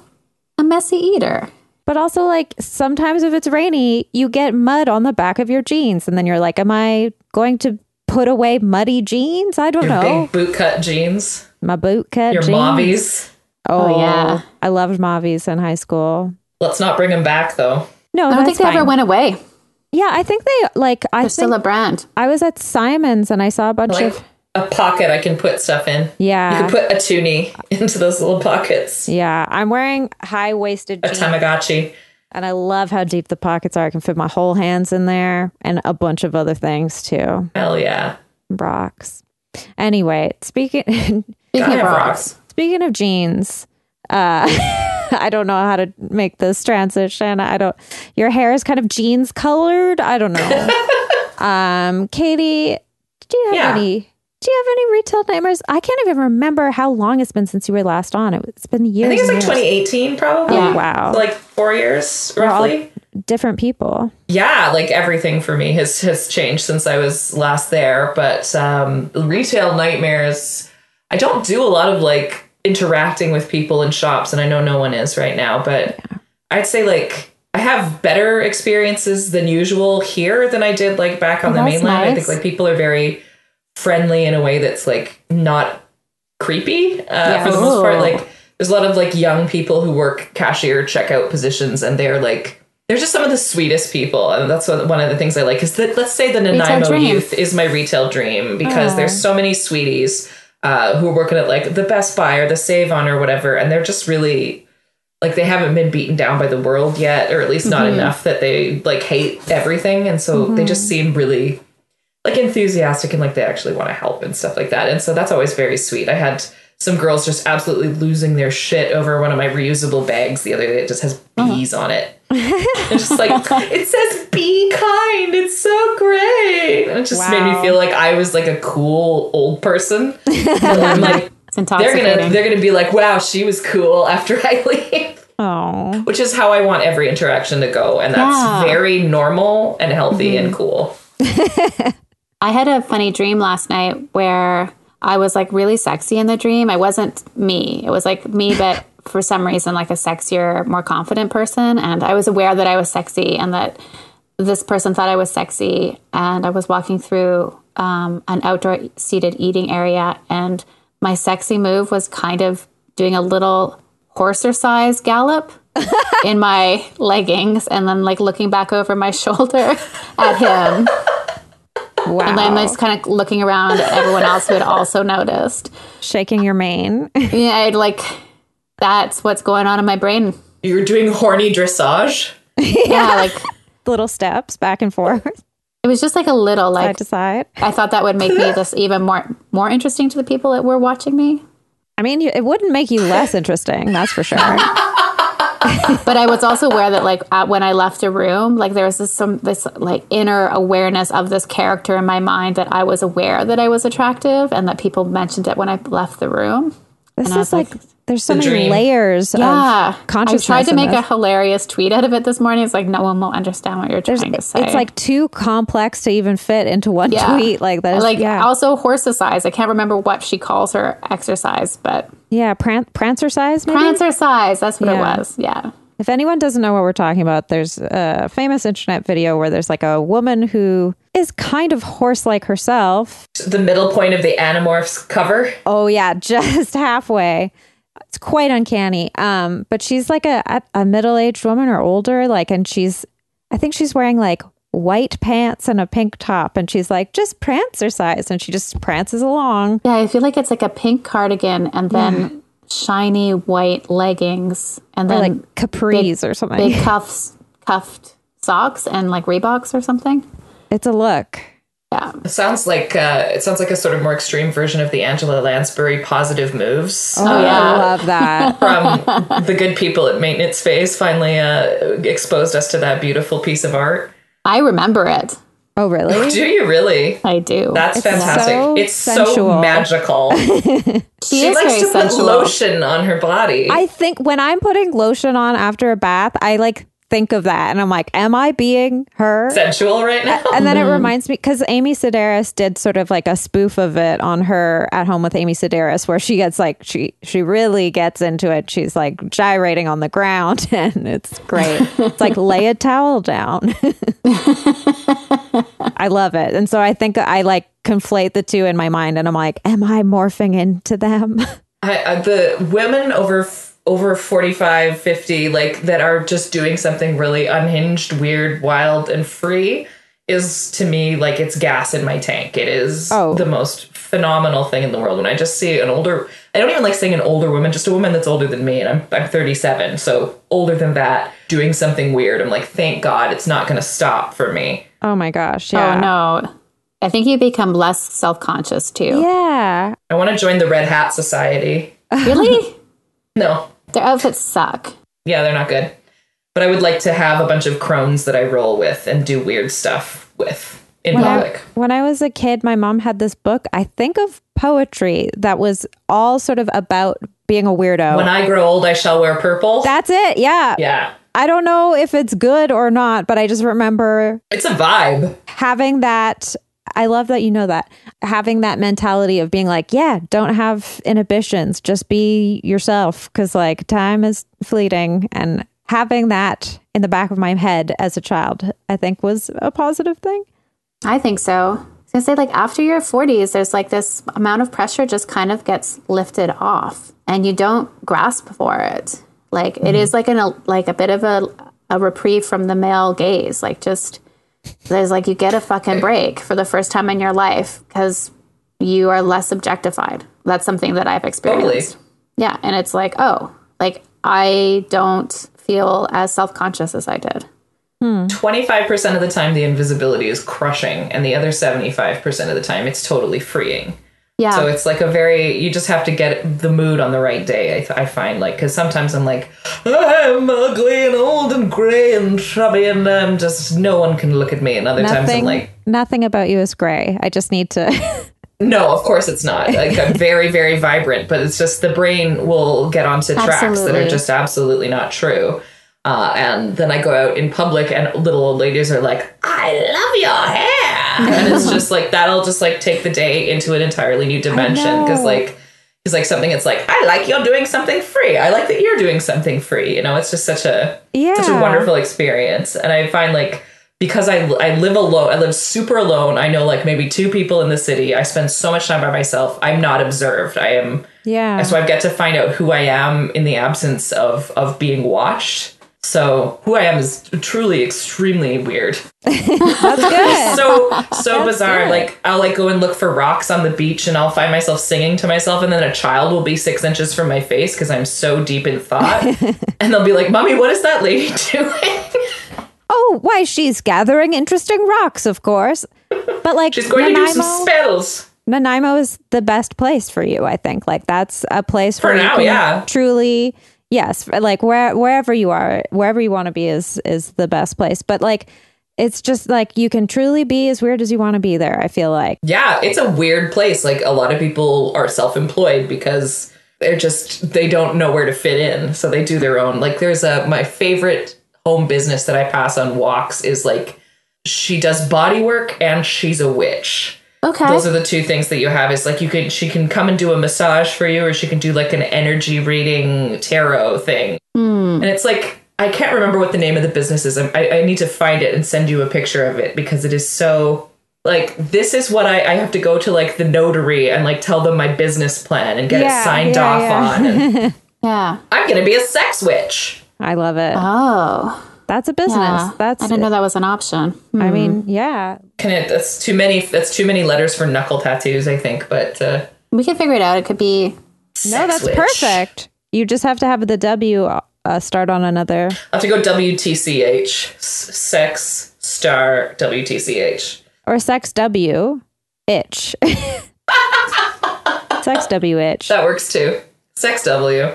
Speaker 1: a messy eater.
Speaker 2: but also like sometimes if it's rainy, you get mud on the back of your jeans and then you're like, am I going to put away muddy jeans? I don't
Speaker 3: Your
Speaker 2: know.
Speaker 3: big bootcut jeans,
Speaker 2: My boot cut
Speaker 3: your
Speaker 2: jeans.
Speaker 3: mobbies.
Speaker 2: Oh,
Speaker 1: yeah.
Speaker 2: yeah. I loved mobbies in high school.
Speaker 3: Let's not bring them back though.
Speaker 2: No,
Speaker 1: I don't think they ever went away.
Speaker 2: Yeah, I think Oh, they like I
Speaker 1: They're
Speaker 2: think
Speaker 1: still a brand.
Speaker 2: I was at Simon's and I saw a bunch
Speaker 3: Like
Speaker 2: of
Speaker 3: a pocket I can put stuff in.
Speaker 2: yeah.
Speaker 3: You could put a toonie into those little pockets.
Speaker 2: Yeah, I'm wearing high waisted
Speaker 3: A
Speaker 2: jeans,
Speaker 3: Tamagotchi.
Speaker 2: and I love how deep the pockets are. I can fit my whole hands in there, and a bunch of other things too.
Speaker 3: Hell yeah.
Speaker 2: Rocks. Anyway, speaking
Speaker 1: Speaking
Speaker 3: Yeah,
Speaker 1: of
Speaker 3: rocks.
Speaker 1: rocks,
Speaker 2: speaking of jeans, uh, I don't know how to make this transition. I don't. Your hair is kind of jeans colored. I don't know. um, Katie, do you have
Speaker 3: Yeah.
Speaker 2: any? Do you have any retail nightmares? I can't even remember how long it's been since you were last on. It, it's been years.
Speaker 3: I think it's
Speaker 2: and
Speaker 3: like
Speaker 2: years.
Speaker 3: 2018 probably.
Speaker 1: Yeah.
Speaker 2: Oh, Wow.
Speaker 3: Like four years
Speaker 2: all-
Speaker 3: roughly.
Speaker 2: Different people.
Speaker 3: yeah, like everything for me has has changed since I was last there. But um, retail nightmares. I don't do a lot of like interacting with people in shops, and I know no one is right now. But I'd say like I have better experiences than usual here than I did like back on
Speaker 1: Oh,
Speaker 3: the
Speaker 1: that's
Speaker 3: mainland. I think
Speaker 1: nice.
Speaker 3: like people are very friendly in a way that's like not creepy uh,
Speaker 1: Yeah.
Speaker 3: for the most part.
Speaker 1: Ooh.
Speaker 3: Like there's a lot of like young people who work cashier checkout positions and they're like they're just some of the sweetest people and that's what, one of the things i like is that let's say the nanaimo
Speaker 1: dream.
Speaker 3: youth is my retail dream because there's so many sweeties uh, who are working at like the best buy or the save on or whatever and they're just really like they haven't been beaten down by the world yet or at least not enough that they like hate everything and so they just seem really like enthusiastic and like they actually want to help and stuff like that. And so that's always very sweet. I had some girls just absolutely losing their shit over one of my reusable bags the other day. It just has bees on it. It's just like it says be kind. It's so great. And it just made me
Speaker 2: Wow.
Speaker 3: feel like I was like a cool old person. And I'm like
Speaker 1: it's
Speaker 3: they're
Speaker 1: intoxicating.
Speaker 3: gonna they're gonna be like, wow, she was cool after I leave.
Speaker 2: Oh,
Speaker 3: Which is how I want every interaction to go. And that's
Speaker 1: Yeah.
Speaker 3: very normal and healthy and cool.
Speaker 1: I had a funny dream last night where I was like really sexy in the dream. I wasn't me. It was like me, but for some reason, like a sexier, more confident person. And I was aware that I was sexy and that this person thought I was sexy. And I was walking through um, an outdoor seated eating area. And my sexy move was kind of doing a little horser size gallop in my leggings and then like looking back over my shoulder at him.
Speaker 2: wow.
Speaker 1: And then I'm just kind of looking around at everyone else who had also noticed.
Speaker 2: Shaking your mane.
Speaker 1: Yeah, I'd like, that's what's going on in my brain.
Speaker 3: You're doing horny dressage.
Speaker 1: Yeah, like,
Speaker 2: Little steps back and forth,
Speaker 1: it was just like a little,
Speaker 2: side
Speaker 1: like,
Speaker 2: to side.
Speaker 1: I thought that would make me this even more more interesting to the people that were watching me.
Speaker 2: I mean, you- it wouldn't make you less interesting, that's for sure.
Speaker 1: But I was also aware that, like, at, when I left a room, like, there was this, some, this, like, inner awareness of this character in my mind that I was aware that I was attractive and that people mentioned it when I left the room.
Speaker 2: This
Speaker 1: I was
Speaker 2: is like There's so
Speaker 3: The
Speaker 2: many
Speaker 3: dream.
Speaker 2: layers
Speaker 1: Yeah.
Speaker 2: of
Speaker 1: I
Speaker 2: consciousness.
Speaker 1: tried to
Speaker 2: in
Speaker 1: make
Speaker 2: this.
Speaker 1: a hilarious tweet out of it this morning. It's like no one will understand what you're trying to say.
Speaker 2: It's like too complex to even fit into one
Speaker 1: Yeah.
Speaker 2: tweet. Like that. Is,
Speaker 1: like
Speaker 2: yeah,
Speaker 1: also horsesize. I can't remember what she calls her exercise, but
Speaker 2: yeah. Pran- prancer size. Maybe?
Speaker 1: prancercise. That's what
Speaker 2: Mm-hmm. Yeah.
Speaker 1: it was. Yeah.
Speaker 2: If anyone doesn't know what we're talking about, there's a famous internet video where there's like a woman who is kind of horse-like herself.
Speaker 3: The middle point of the Animorphs cover.
Speaker 2: Oh yeah, just halfway. It's quite uncanny. Um, but she's like a a- a middle-aged woman or older, like, and she's, I think she's wearing like white pants and a pink top, and she's like just prancer size, and she just prances along.
Speaker 1: Yeah, I feel like it's like a pink cardigan and then shiny white leggings and
Speaker 2: Or
Speaker 1: then
Speaker 2: like capris or something.
Speaker 1: big cuffs, cuffed socks and like Reeboks or something.
Speaker 2: It's a look.
Speaker 1: Yeah.
Speaker 3: It sounds like uh, it sounds like a sort of more extreme version of the Angela Lansbury positive moves.
Speaker 2: Oh,
Speaker 1: yeah.
Speaker 2: I love that.
Speaker 3: from the good people at Maintenance Phase finally uh, exposed us to that beautiful piece of art.
Speaker 1: I remember it.
Speaker 2: oh really?
Speaker 3: Do you really?
Speaker 1: I do.
Speaker 3: That's fantastic.
Speaker 2: so
Speaker 3: it's
Speaker 2: sensual.
Speaker 3: so magical.
Speaker 1: she,
Speaker 3: she
Speaker 1: is
Speaker 3: likes
Speaker 1: very
Speaker 3: to put
Speaker 1: sensual.
Speaker 3: lotion on her body.
Speaker 2: I think when I'm putting lotion on after a bath, I like think of that and I'm like, am I being her?
Speaker 3: Sensual right now.
Speaker 2: And then it reminds me because Amy Sedaris did sort of like a spoof of it on her at home with Amy Sedaris, where she gets like she she really gets into it. She's like gyrating on the ground, and it's great. it's like lay a towel down. I love it, and so I think I like conflate the two in my mind, and I'm like, am I morphing into them?
Speaker 3: I, I, the women over f- over 45, 50, like that are just doing something really unhinged, weird, wild, and free is to me like it's gas in my tank. It is
Speaker 2: Oh.
Speaker 3: the most phenomenal thing in the world. When I just see an older, I don't even like saying an older woman, just a woman that's older than me, and I'm I'm 37, so older than that, doing something weird. I'm like, thank God, it's not going to stop for me.
Speaker 2: oh my gosh! Yeah.
Speaker 1: Oh no. I think you become less self conscious too.
Speaker 2: Yeah.
Speaker 3: I want to join the Red Hat Society.
Speaker 1: Really?
Speaker 3: No,
Speaker 1: Their outfits suck.
Speaker 3: Yeah, they're not good. But I would like to have a bunch of crones that I roll with and do weird stuff with in
Speaker 2: When I-
Speaker 3: public.
Speaker 2: When I was a kid, my mom had this book, I think of poetry, that was all sort of about being a weirdo.
Speaker 3: When I grow old, I shall wear purple.
Speaker 2: That's it. Yeah.
Speaker 3: yeah.
Speaker 2: I don't know if it's good or not, but I just remember
Speaker 3: It's a vibe.
Speaker 2: having that. I love that you know that. Having that mentality of being like, yeah, don't have inhibitions, just be yourself. Cause like time is fleeting. And having that in the back of my head as a child, I think was a positive thing.
Speaker 1: I think so. I was gonna say, like after your forties, there's like this amount of pressure just kind of gets lifted off, and you don't grasp for it. Like it
Speaker 3: Mm-hmm.
Speaker 1: is like an a, like a bit of a a reprieve from the male gaze. Like just there's like you get a fucking break for the first time in your life because you are less objectified. That's something that I've experienced. Yeah, and it's like oh, like I don't feel as self conscious as I did.
Speaker 3: 25% of the time, the invisibility is crushing, and the other 75% of the time, it's totally freeing.
Speaker 1: Yeah,
Speaker 3: So it's like a very, you just have to get the mood on the right day, I, th- I find. Like, because sometimes I'm like, I'm ugly and old and gray and chubby, and I'm just, no one can look at me. And other times I'm
Speaker 2: nothing
Speaker 3: like,
Speaker 2: nothing about you is gray i just need to
Speaker 3: No, of course it's not. Like I'm very, very vibrant, but it's just the brain will get onto tracks that are
Speaker 1: Absolutely.
Speaker 3: just absolutely not true. Uh, and then I go out in public, and little old ladies are like, "I love your hair," and it's just like that'll just like take the day into an entirely new dimension because
Speaker 2: know.
Speaker 3: like it's like something. It's like I like you're doing something free. I like that you're doing something free. You know, it's just such a
Speaker 2: yeah
Speaker 3: such a wonderful experience and i find like because I, I live alone i live super alone i know like maybe two people in the city i spend so much time by myself i'm not observed i am
Speaker 2: yeah
Speaker 3: so i've got to find out who i am in the absence of of being watched so who i am is truly extremely weird
Speaker 2: that's good
Speaker 3: so so bizarre
Speaker 2: good.
Speaker 3: like i'll like go and look for rocks on the beach and i'll find myself singing to myself and then a child will be six inches from my face because i'm so deep in thought and they'll be like mommy what is that lady doing
Speaker 2: oh why she's gathering interesting rocks of course but like
Speaker 3: She's going to do
Speaker 2: nanaimo
Speaker 3: some spells.
Speaker 2: nanaimo is the best place for you i think like that's a place
Speaker 3: For
Speaker 2: where you
Speaker 3: now,
Speaker 2: can
Speaker 3: yeah.
Speaker 2: truly yes for- like where wherever you are wherever you want to be is is the best place but like it's just like you can truly be as weird as you want to be there i feel like
Speaker 3: Yeah, it's a weird place. Like a lot of people are self-employed because they're just they don't know where to fit in so they do their own like there's a my favorite home business that i pass on walks is like she does body work and she's a witch
Speaker 1: Okay.
Speaker 3: those are the two things that you have is like you can she can come and do a massage for you or she can do like an energy reading tarot thing
Speaker 2: Hmm.
Speaker 3: and it's like i can't remember what the name of the business is I'm- I, I need to find it and send you a picture of it because it is so like this is what I, I have to go to like the notary and like tell them my business plan and get
Speaker 2: Yeah,
Speaker 3: it signed
Speaker 2: yeah,
Speaker 3: off
Speaker 2: yeah.
Speaker 3: on and
Speaker 1: yeah.
Speaker 3: i'm gonna be a sex witch
Speaker 2: I love it.
Speaker 1: Oh.
Speaker 2: That's a business.
Speaker 1: Yeah.
Speaker 2: That's
Speaker 1: I didn't know that was an option. Hmm.
Speaker 2: I mean, yeah.
Speaker 3: can it that's too many that's too many letters for knuckle tattoos i think but uh
Speaker 1: We can figure it out. It could be
Speaker 2: No, that's perfect. You just have to have the W uh, start on another.
Speaker 3: I have to go WTCH. S- Sex star WTCH.
Speaker 2: or sex w itch sex w itch
Speaker 3: That works too. Sex W.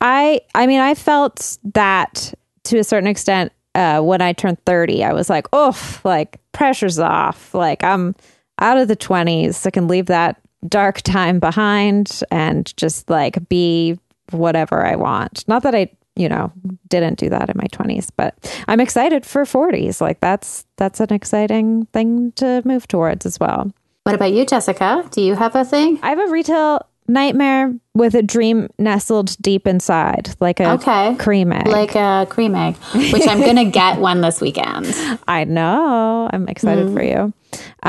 Speaker 2: i i mean i felt that to a certain extent uh when i turned 30 i was like oof like pressure's off like i'm out of the 20s i can leave that dark time behind and just like be whatever i want not that i you know didn't do that in my 20s but i'm excited for 40s like that's that's an exciting thing to move towards as well
Speaker 1: What about you, Jessica? Do you have a thing?
Speaker 2: I have a retail nightmare with a dream nestled deep inside, like a
Speaker 1: Okay.
Speaker 2: cream egg.
Speaker 1: Like a cream egg, which I'm going to get one this weekend.
Speaker 2: I know. I'm excited for
Speaker 1: Mm.
Speaker 2: you.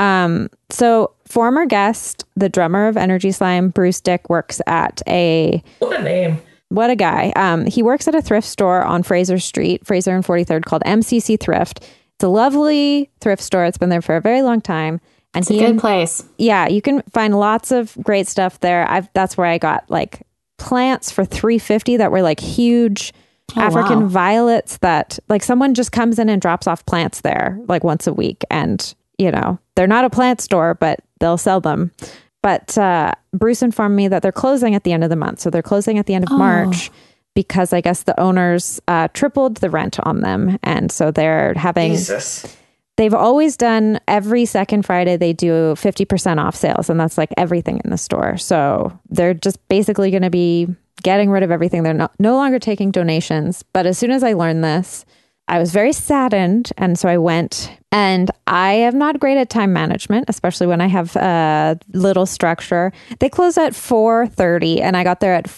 Speaker 2: Um, so, former guest, the drummer of Energy Slime, Bruce Dick, works at a
Speaker 3: What a name.
Speaker 2: what a guy. Um, he works at a thrift store on Fraser Street, Fraser and 43rd, called MCC Thrift. It's a lovely thrift store. It's been there for a very long time. And
Speaker 1: It's a
Speaker 2: he
Speaker 1: good place.
Speaker 2: yeah, you can find lots of great stuff there. I've that's where I got like plants for 350 that were like huge African
Speaker 1: wow.
Speaker 2: violets that like someone just comes in and drops off plants there like once a week and you know, they're not a plant store but they'll sell them. But uh, Bruce informed me that they're closing at the end of the month. So they're closing at the end of March because I guess the owners uh, tripled the rent on them. And so they're having
Speaker 3: Jesus.
Speaker 2: they've always done every second Friday they do 50% off sales and that's like everything in the store. So they're just basically going to be getting rid of everything. They're not, no longer taking donations, but as soon as I learned this, I was very saddened and so I went and I am not great at time management, especially when I have a little structure. They close at 4:30 and I got there at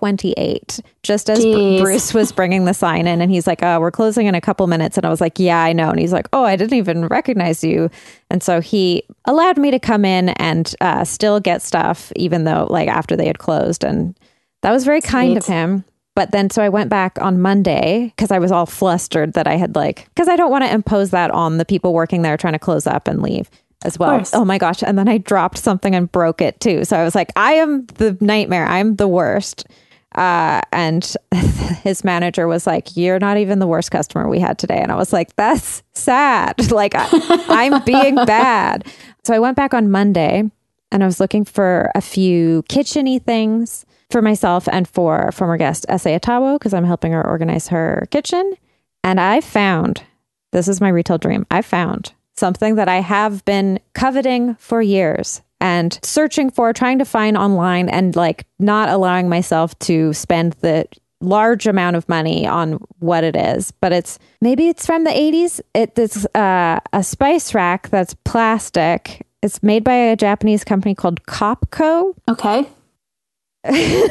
Speaker 2: 4:28 just as Br-
Speaker 1: Jeez.
Speaker 2: Bruce Bruce was bringing the sign in and he's like, Oh, we're closing in a couple minutes. And I was like, Yeah, I know. And he's like, Oh, I didn't even recognize you. And so he allowed me to come in and uh, still get stuff, even though like after they had closed. And that was very kind of him. But then, so I went back on Monday because I was all flustered that I had like, because I don't want to impose that on the people working there trying to close up and leave as well.
Speaker 1: course.
Speaker 2: Oh my gosh. And then I dropped something and broke it too. So I was like, I am the nightmare. I'm the worst. Uh, and his manager was like, You're not even the worst customer we had today. And I was like, That's sad. Like, I, I'm being bad. So I went back on Monday and I was looking for a few kitcheny things for myself and for former guest Essay Atawo because I'm helping her organize her kitchen. And I found this is my retail dream. I found something that I have been coveting for years and searching for, trying to find online, and like not allowing myself to spend the large amount of money on what it is. But it's maybe it's from the 80s. It, it's uh, a spice rack that's plastic. It's made by a Japanese company called Copco.
Speaker 1: Okay.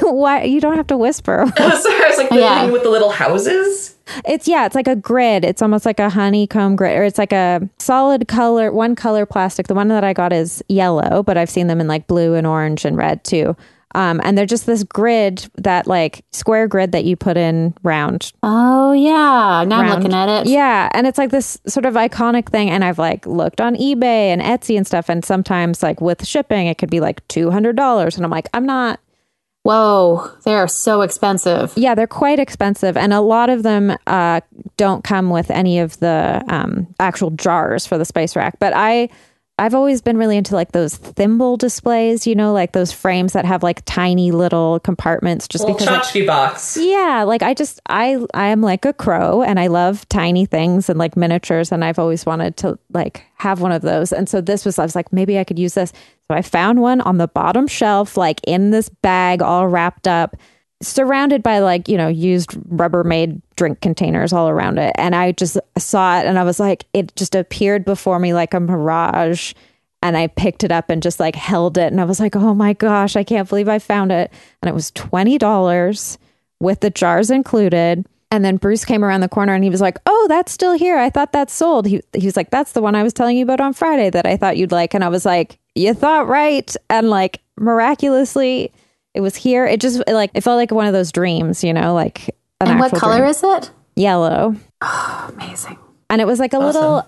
Speaker 2: Why you don't have to whisper.
Speaker 3: I was, I was like the
Speaker 1: Yeah.
Speaker 3: thing with the little houses.
Speaker 2: It's yeah, it's like a grid. It's almost like a honeycomb grid, or it's like a solid color, one color plastic. The one that I got is yellow, but I've seen them in like blue and orange and red too. Um, and they're just this grid that like square grid that you put in round
Speaker 1: Oh, yeah. Now I'm
Speaker 2: round.
Speaker 1: looking at it.
Speaker 2: Yeah, and it's like this sort of iconic thing. And I've like looked on eBay and Etsy and stuff, and sometimes like with shipping, it could be like two hundred dollars, and I'm like, I'm not
Speaker 1: Whoa. They are so expensive.
Speaker 2: Yeah, they're quite expensive, and a lot of them uh, don't come with any of the um, actual jars for the spice rack. But I I've always been really into like those thimble displays, you know, like those frames that have like tiny little compartments just
Speaker 3: Little
Speaker 2: because like,
Speaker 3: tchotchke box.
Speaker 2: yeah, like I just I I am like a crow and I love tiny things and like miniatures and I've always wanted to like have one of those. And so this was I was like maybe I could use this. So I found one on the bottom shelf like in this bag all wrapped up surrounded by like, you know, used Rubbermaid drink containers all around it. And I just saw it and I was like it just appeared before me like a mirage and I picked it up and just like held it and I was like, "Oh my gosh, I can't believe I found it." And it was $20 with the jars included. And then Bruce came around the corner and he was like, "Oh, that's still here. I thought that's sold." He he was like, "That's the one I was telling you about on Friday that I thought you'd like." And I was like, "You thought right." And like miraculously, it was here. It just it, like it felt like one of those dreams, you know, like an
Speaker 1: and what
Speaker 2: actual
Speaker 1: color
Speaker 2: dream.
Speaker 1: is it?
Speaker 2: Yellow.
Speaker 1: Amazing.
Speaker 2: And it was like a little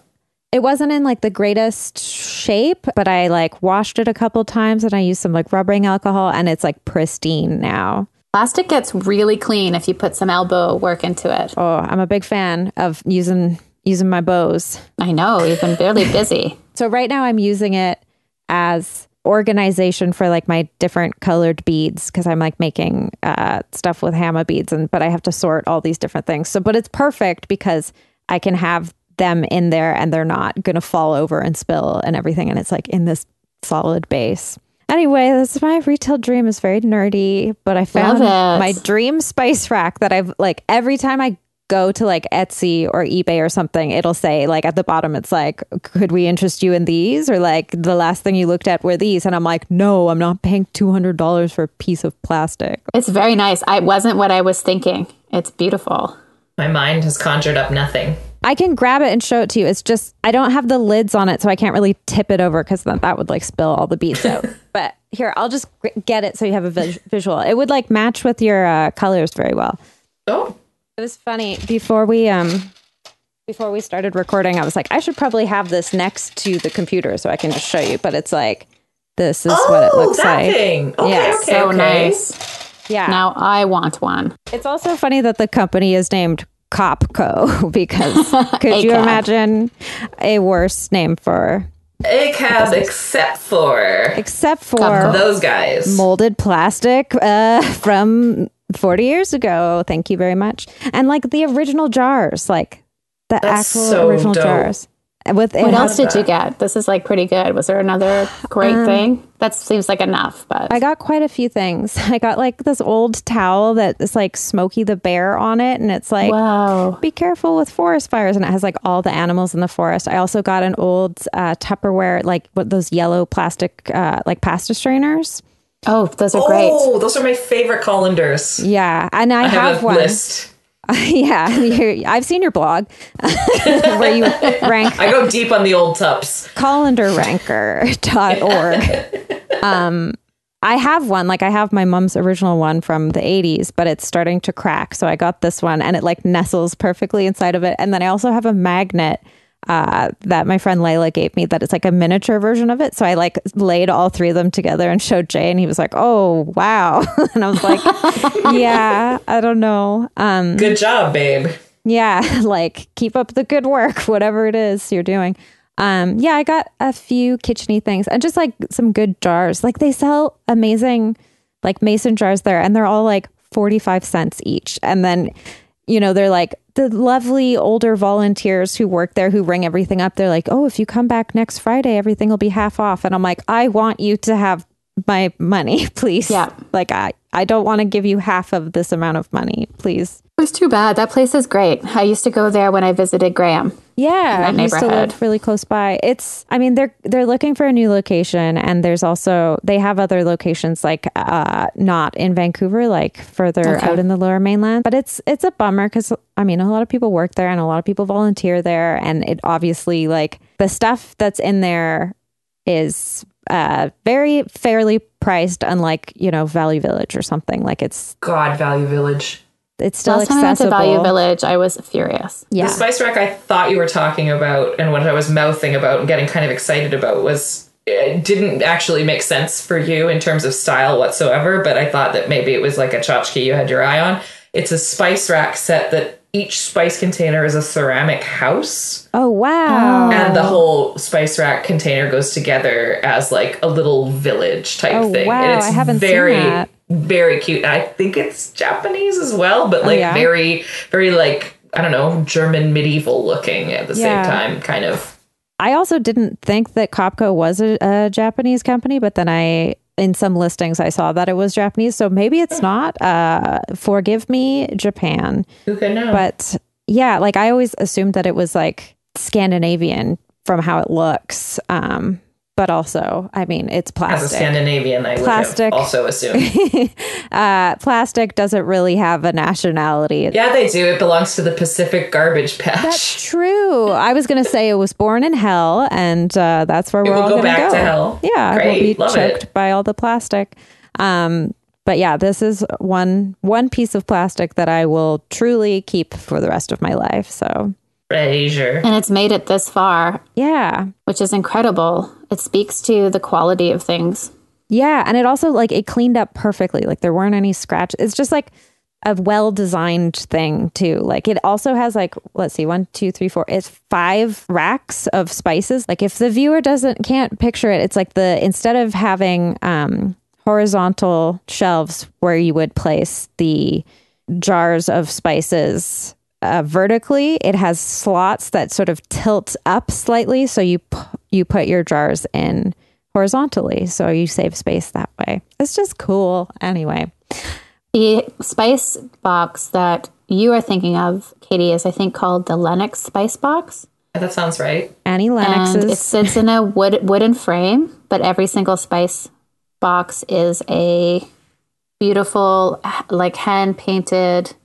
Speaker 2: it wasn't in like the greatest shape, but I like washed it a couple times and I used some like rubbering alcohol and it's like pristine now.
Speaker 1: Plastic gets really clean if you put some elbow work into it.
Speaker 2: Oh, I'm a big fan of using using my bows.
Speaker 1: I know, you've been barely busy.
Speaker 2: So right now I'm using it as organization for like my different colored beads because I'm like making uh, stuff with hammer beads and but I have to sort all these different things. So but it's perfect because I can have them in there and they're not gonna fall over and spill and everything and it's like in this solid base. Anyway, this is my retail dream is very nerdy, but I found
Speaker 1: Love it.
Speaker 2: my dream spice rack that I've like every time I go to like Etsy or eBay or something, it'll say like at the bottom, it's like, could we interest you in these? Or like the last thing you looked at were these. And I'm like, no, I'm not paying $200 for a piece of plastic.
Speaker 1: It's very nice. I it wasn't what I was thinking. It's beautiful.
Speaker 3: My mind has conjured up nothing.
Speaker 2: I can grab it and show it to you. It's just, I don't have the lids on it. So I can't really tip it over because then that would like spill all the beads out. But here, I'll just gr- get it so you have a vis- visual. It would like match with your uh, colors very well.
Speaker 3: Oh,
Speaker 2: It was funny before we um before we started recording. I was like, I should probably have this next to the computer so I can just show you. But it's like this is
Speaker 3: oh,
Speaker 2: what it looks
Speaker 3: that
Speaker 2: like.
Speaker 3: thing. Okay,
Speaker 2: Yeah,
Speaker 3: okay,
Speaker 1: so
Speaker 3: okay.
Speaker 1: nice.
Speaker 2: Yeah,
Speaker 1: Now I want one.
Speaker 2: it's also funny that the company is named Copco because could you
Speaker 1: ACAB.
Speaker 2: imagine a worse name for
Speaker 3: A cab, except for
Speaker 2: except for
Speaker 3: those guys.
Speaker 2: molded plastic uh, from 40 years ago. Thank you very much. And like the original jars, like the
Speaker 3: That's
Speaker 2: actual
Speaker 3: so
Speaker 2: original
Speaker 3: dope.
Speaker 2: jars. With it
Speaker 1: What
Speaker 2: has-
Speaker 1: else did you get? This is like pretty good. Was there another great thing? That seems like enough, but
Speaker 2: Um, I got quite a few things. I got like this old towel that is like Smokey the Bear on it, and it's like
Speaker 1: wow.
Speaker 2: be careful with forest fires, and it has like all the animals in the forest. I also got an old uh, Tupperware, like what those yellow plastic uh, like pasta strainers.
Speaker 1: Oh, those are great.
Speaker 3: oh, those are my favorite colanders.
Speaker 2: Yeah, and I,
Speaker 3: I
Speaker 2: have,
Speaker 3: have, a
Speaker 2: one.
Speaker 3: list.
Speaker 2: yeah, you- I've seen your blog where you rank
Speaker 3: I go deep on the old tups.
Speaker 2: calendarranker.org. um, I have one, like I have my mom's original one from the 80s, but it's starting to crack. So I got this one and it like nestles perfectly inside of it. And then I also have a magnet uh, that my friend Layla gave me that it's like a miniature version of it. So I like laid all three of them together and showed Jay and he was like, oh, wow. and I was like, yeah, I don't know. Um,
Speaker 3: Good job, babe.
Speaker 2: yeah, like keep up the good work, whatever it is you're doing. Um, yeah, I got a few kitcheny things and just like some good jars. Like they sell amazing like mason jars there and they're all like 45 cents each. And then, you know, they're like the lovely older volunteers who work there who ring everything up. They're like, oh, if you come back next Friday, everything will be half off. And I'm like, I want you to have my money, please.
Speaker 1: Yeah.
Speaker 2: Like I, I don't want to give you half of this amount of money, please.
Speaker 1: It's too bad. That place is great. I used to go there when I visited Graham.
Speaker 2: Yeah,
Speaker 1: that
Speaker 2: I used to live
Speaker 1: neighborhood.
Speaker 2: really close by. It's, I mean, they're they're looking for a new location, and there's also they have other locations like uh, not in Vancouver, like further
Speaker 1: Okay.
Speaker 2: out in the Lower Mainland. But it's it's a bummer because I mean, a lot of people work there and a lot of people volunteer there, and it obviously like the stuff that's in there is uh, very fairly priced, unlike you know Valley Village or something. Like it's
Speaker 3: God, Value Village.
Speaker 2: it's still
Speaker 1: Last time I went to
Speaker 2: accessible.
Speaker 1: Value Village, I was furious.
Speaker 2: yeah.
Speaker 3: The spice rack I thought you were talking about and what I was mouthing about and getting kind of excited about was it didn't actually make sense for you in terms of style whatsoever, but I thought that maybe it was like a tchotchke you had your eye on. It's a spice rack set that each spice container is a ceramic house,
Speaker 2: Oh wow.
Speaker 3: and the whole spice rack container goes together as like a little village type
Speaker 2: Oh,
Speaker 3: thing.
Speaker 2: wow,
Speaker 3: and it's
Speaker 2: I haven't seen
Speaker 3: very
Speaker 2: that.
Speaker 3: very cute. And I think it's Japanese as well, but like
Speaker 2: Oh, yeah?
Speaker 3: very very like I don't know, German medieval looking at the
Speaker 2: Yeah.
Speaker 3: same time kind of.
Speaker 2: I also didn't think that Copco was a, a Japanese company, but then I in some listings I saw that it was Japanese, so maybe it's not. Uh, forgive me, Japan.
Speaker 3: Who can know?
Speaker 2: But yeah, like I always assumed that it was like Scandinavian from how it looks. Um, but also, I mean,
Speaker 3: as
Speaker 2: it's
Speaker 3: a
Speaker 2: plastic.
Speaker 3: Scandinavian, I would
Speaker 2: Plastic.
Speaker 3: have also assume.
Speaker 2: uh, plastic doesn't really have a nationality.
Speaker 3: yeah, they do. It belongs to the Pacific Garbage Patch.
Speaker 2: That's true. I was going to say it was born in hell, and uh, that's where
Speaker 3: It
Speaker 2: we're
Speaker 3: will
Speaker 2: all
Speaker 3: go
Speaker 2: going
Speaker 3: back
Speaker 2: go.
Speaker 3: to hell.
Speaker 2: Yeah,
Speaker 3: Great.
Speaker 2: we'll be
Speaker 3: Love it.
Speaker 2: choked by all the plastic. Um, but yeah, this is one one piece of plastic that I will truly keep for the rest of my life. So
Speaker 3: Treasure.
Speaker 1: And it's made it this far,
Speaker 2: yeah,
Speaker 1: which is incredible. It speaks to the quality of things.
Speaker 2: yeah, and it also like it cleaned up perfectly. Like there weren't any scratch. It's just like a well designed thing too. Like it also has like let's see, one, two, three, four. It's five racks of spices. Like if the viewer doesn't can't picture it, it's like the instead of having um horizontal shelves where you would place the jars of spices uh, vertically, it has slots that sort of tilt up slightly, so you p- you put your jars in horizontally, so you save space that way. It's just cool. Anyway,
Speaker 1: The spice box that you are thinking of, Katie, is I think called the Lennox Spice Box.
Speaker 3: That sounds right.
Speaker 2: Annie
Speaker 1: and it
Speaker 2: Lennox's
Speaker 1: sits in a wood wooden frame, but every single spice box is a beautiful, h- like hand painted.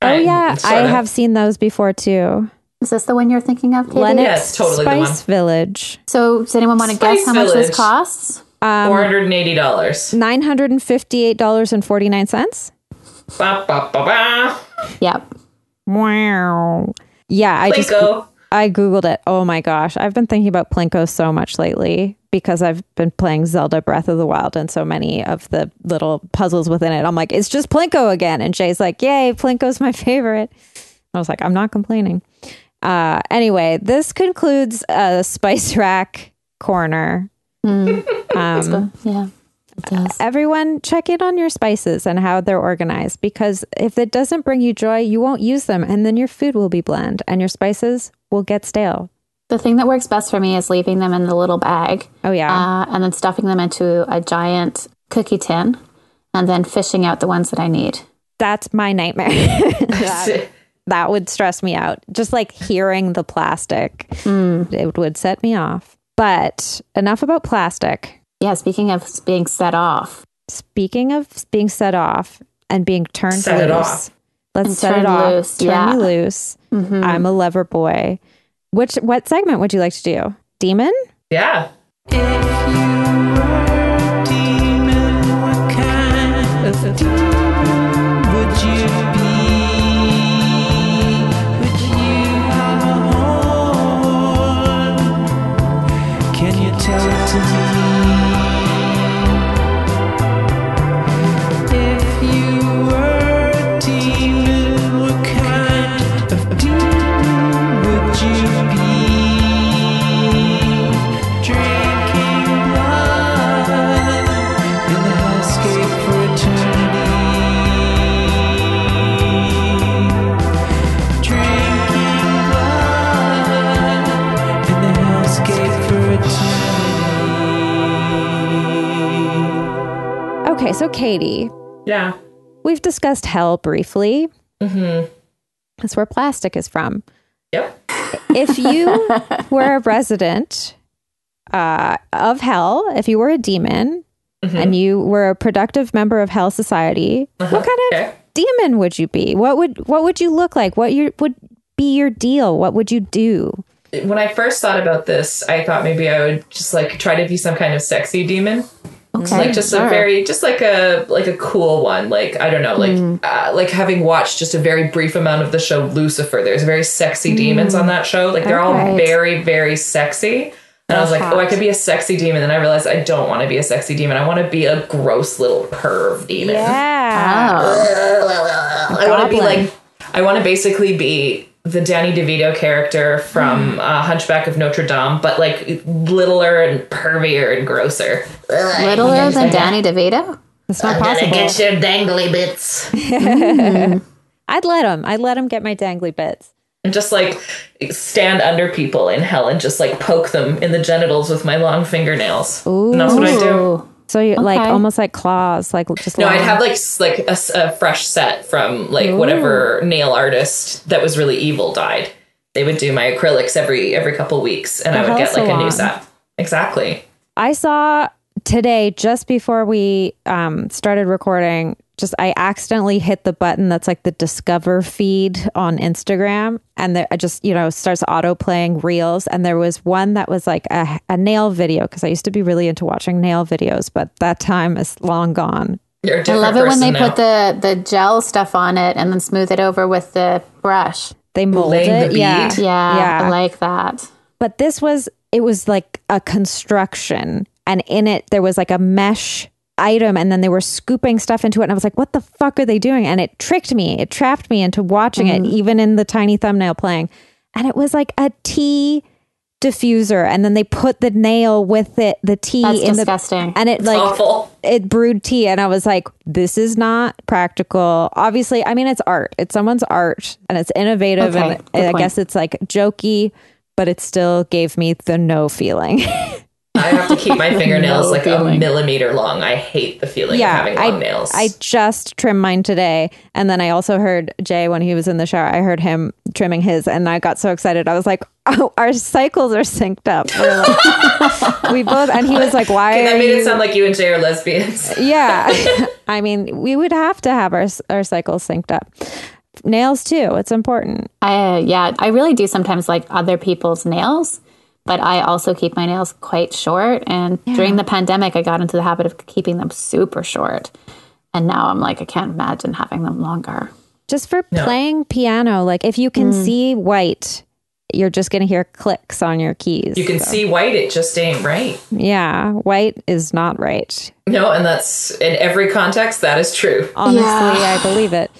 Speaker 2: Oh yeah,
Speaker 3: Sort
Speaker 2: I
Speaker 3: of.
Speaker 2: have seen those before too.
Speaker 1: Is this the one you're thinking of, Katie?
Speaker 2: Lennox
Speaker 3: it's totally the
Speaker 2: Spice Village,
Speaker 1: So, does anyone want to
Speaker 3: Spice
Speaker 1: guess how much
Speaker 3: Village.
Speaker 1: this costs?
Speaker 2: Um,
Speaker 3: Four hundred and eighty dollars.
Speaker 2: nine hundred and fifty-eight dollars and forty-nine cents.
Speaker 3: Ba ba ba ba.
Speaker 1: Yep.
Speaker 2: Wow. Yeah, I just
Speaker 3: Plinko.
Speaker 2: I googled it. Oh my gosh, I've been thinking about Plinko so much lately because I've been playing Zelda Breath of the Wild and so many of the little puzzles within it. I'm like, it's just Plinko again, and Jay's like, "Yay, Plinko's my favorite." I was like, "I'm not complaining." Uh, anyway, this concludes uh, Spice Rack Corner. Um,
Speaker 1: Yeah. It does.
Speaker 2: everyone check in on your spices and how they're organized because if it doesn't bring you joy, you won't use them and then your food will be bland and your spices will get stale.
Speaker 1: The thing that works best for me is leaving them in the little bag
Speaker 2: Oh yeah.
Speaker 1: uh, and then stuffing them into a giant cookie tin and then fishing out the ones that I need.
Speaker 2: That's my nightmare. that, that would stress me out. Just like hearing the plastic,
Speaker 1: Hmm.
Speaker 2: it would set me off. But enough about plastic.
Speaker 1: Yeah. Speaking of being set off,
Speaker 2: Speaking of being set off and being turned
Speaker 3: Set
Speaker 2: loose,
Speaker 3: it off.
Speaker 2: let's
Speaker 1: And
Speaker 2: set it
Speaker 1: turned
Speaker 2: off.
Speaker 1: loose,
Speaker 2: turn
Speaker 1: yeah. Mm-hmm.
Speaker 2: me loose. I'm a lover boy. Which what segment would you like to do? Demon?
Speaker 3: Yeah.
Speaker 4: Can you Tell it to me if you were a demon, what kind of demon would you be? Drinking blood in the hellscape for eternity. Drinking blood in the hellscape for eternity.
Speaker 2: Okay, so Katie,
Speaker 3: Yeah.
Speaker 2: we've discussed hell briefly. Mm-hmm. That's where plastic is from.
Speaker 3: Yep.
Speaker 2: If you were a resident uh, of hell, if you were a demon
Speaker 3: Mm-hmm.
Speaker 2: and you were a productive member of hell society, what kind of
Speaker 3: Uh-huh. Okay.
Speaker 2: demon would you be? What would what would you look like? What your would be your deal? What would you do?
Speaker 3: When I first thought about this, I thought maybe I would just like try to be some kind of sexy demon.
Speaker 1: okay.
Speaker 3: like just a
Speaker 1: sure.
Speaker 3: very just like a like a cool one like i don't know like
Speaker 1: Hmm.
Speaker 3: uh, like having watched just a very brief amount of the show lucifer there's very sexy demons on that show like they're all
Speaker 1: Hmm. Okay.
Speaker 3: very very sexy and i was like oh i could be a sexy demon and i realized i don't want to be a sexy demon i want to be a gross little perv demon
Speaker 2: Yeah.
Speaker 1: Oh.
Speaker 3: i want to be
Speaker 2: Goblin.
Speaker 3: like I want to basically be the Danny DeVito character from
Speaker 1: Mm.
Speaker 3: uh, Hunchback of Notre Dame, but like littler and pervier and grosser.
Speaker 1: Littler than Danny DeVito?
Speaker 2: It's not
Speaker 3: Gonna
Speaker 2: possible.
Speaker 3: get your dangly bits.
Speaker 2: I'd let him. I'd let him get my dangly bits.
Speaker 3: And just like stand under people in hell and just like poke them in the genitals with my long fingernails. And that's what I do.
Speaker 1: Ooh.
Speaker 2: So you like
Speaker 1: Okay.
Speaker 2: almost like claws, like just
Speaker 3: No,
Speaker 2: long.
Speaker 3: I'd have like s- like a, s- a fresh set from like whatever nail artist that was really evil died. They would do my acrylics every every couple weeks, and I would
Speaker 2: hair
Speaker 3: get like a new
Speaker 2: salon.
Speaker 3: set. Exactly.
Speaker 2: I saw today just before we um, started recording. Just I accidentally hit the button that's like the discover feed on Instagram, and there I just you know starts auto playing reels. And there was one that was like a, a nail video because I used to be really into watching nail videos, but that time is long gone.
Speaker 3: You're a
Speaker 1: I
Speaker 3: different
Speaker 1: love it when
Speaker 3: person
Speaker 1: they
Speaker 3: now.
Speaker 1: put the, the gel stuff on it and then smooth it over with the brush.
Speaker 2: They mold
Speaker 3: Laying the
Speaker 2: it, yeah,
Speaker 3: bead?
Speaker 1: Yeah, I
Speaker 2: yeah.
Speaker 1: like that.
Speaker 2: but this was it was like a construction and in it there was like a mesh item and then they were scooping stuff into it and i was like what the fuck are they doing and it tricked me it trapped me into watching
Speaker 1: Mm-hmm.
Speaker 2: it even in the tiny thumbnail playing and it was like a tea diffuser and then they put the nail with it the tea
Speaker 1: That's
Speaker 2: in
Speaker 1: disgusting. Oh,
Speaker 2: the and it like
Speaker 3: awful.
Speaker 2: it brewed tea and i was like this is not practical obviously i mean it's art it's someone's art and it's innovative
Speaker 1: Okay,
Speaker 2: and
Speaker 1: good
Speaker 2: i
Speaker 1: point.
Speaker 2: guess it's like jokey but it still gave me the no feeling
Speaker 3: I have to keep my fingernails
Speaker 1: No
Speaker 3: like a
Speaker 1: feeling.
Speaker 3: millimeter long. I hate the feeling of
Speaker 2: yeah
Speaker 3: having long
Speaker 2: I,
Speaker 3: nails.
Speaker 2: I just trimmed mine today and then i also heard jay when he was in the shower i heard him trimming his and i got so excited i was like oh our cycles are synced up We're like- we both and he was like why
Speaker 3: Okay, that
Speaker 2: are
Speaker 3: made
Speaker 2: you-
Speaker 3: it sound like you and Jay are lesbians.
Speaker 2: yeah. I mean, we would have to have our our cycles synced up. Nails too. It's important.
Speaker 1: I yeah, I really do sometimes like other people's nails, but I also keep my nails quite short. And during the pandemic, I got into the habit of keeping them super short, and now I'm like, I can't imagine having them longer.
Speaker 2: Just for playing piano, like if you can see white, you're just going to hear clicks on your keys.
Speaker 3: You can see white; it just ain't right.
Speaker 2: yeah, white is not right.
Speaker 3: No, and that's in every context. That is true.
Speaker 2: Honestly, I believe it.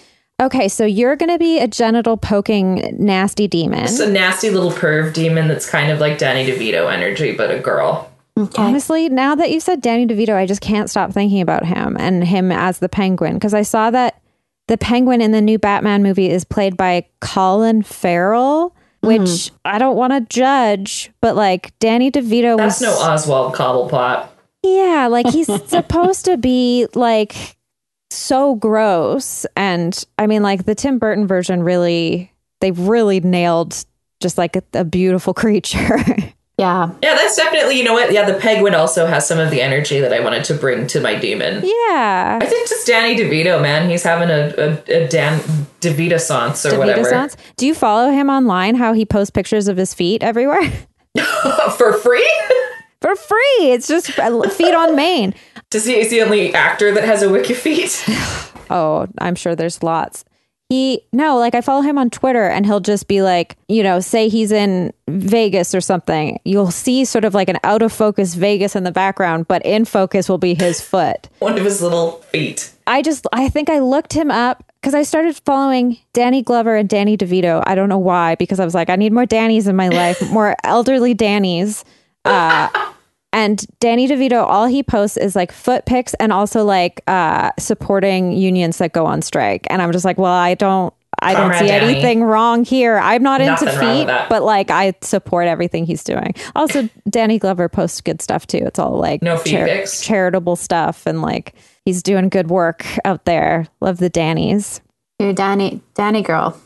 Speaker 2: Okay, so you're going to be a genital poking nasty demon.
Speaker 3: It's a nasty little perv demon that's kind of like Danny DeVito energy, but a girl.
Speaker 2: Honestly, now that you said Danny DeVito, I just can't stop thinking about him and him as the penguin because I saw that the penguin in the new Batman movie is played by Colin Farrell, which
Speaker 3: Mm-hmm.
Speaker 2: I don't want to judge, but like Danny DeVito
Speaker 3: That's
Speaker 2: was
Speaker 3: no Oswald Cobblepot.
Speaker 2: yeah, like he's supposed to be like so gross. And I mean, like the Tim Burton version really, they really nailed just like a, a beautiful creature.
Speaker 1: Yeah,
Speaker 3: Yeah, that's definitely, you know what? Yeah, the penguin also has some of the energy that I wanted to bring to my demon.
Speaker 2: yeah.
Speaker 3: I think just Danny DeVito, man. He's having a, a, a Dan DeVito sauce or whatever.
Speaker 2: Sounds. Do you follow him online? How he posts pictures of his feet everywhere
Speaker 3: Oh, For free?
Speaker 2: for free? It's just uh, feet on Maine.
Speaker 3: Does he is he the only actor that has a wiki feet?
Speaker 2: Oh, I'm sure there's lots. He no, like I follow him on Twitter, and he'll just be like, you know, say he's in Vegas or something. You'll see sort of like an out of focus Vegas in the background, but in focus will be his foot.
Speaker 3: One of his little feet.
Speaker 2: I just I think I looked him up because I started following Danny Glover and Danny DeVito. I don't know why because I was like I need more Dannys in my life, more elderly Dannys. Uh, and Danny DeVito, all he posts is like foot pics and also like uh, supporting unions that go on strike. And I'm just like, well, I don't. I don't
Speaker 3: Conrad
Speaker 2: see
Speaker 3: Danny.
Speaker 2: anything wrong here. I'm not
Speaker 3: Nothing
Speaker 2: into
Speaker 3: wrong with
Speaker 2: feet,
Speaker 3: that.
Speaker 2: but like I support everything he's doing. Also, Danny Glover posts good stuff too. It's all like
Speaker 3: No feet pics.
Speaker 2: charitable stuff and like he's doing good work out there. Love the Dannies.
Speaker 1: you're Danny, Danny girl.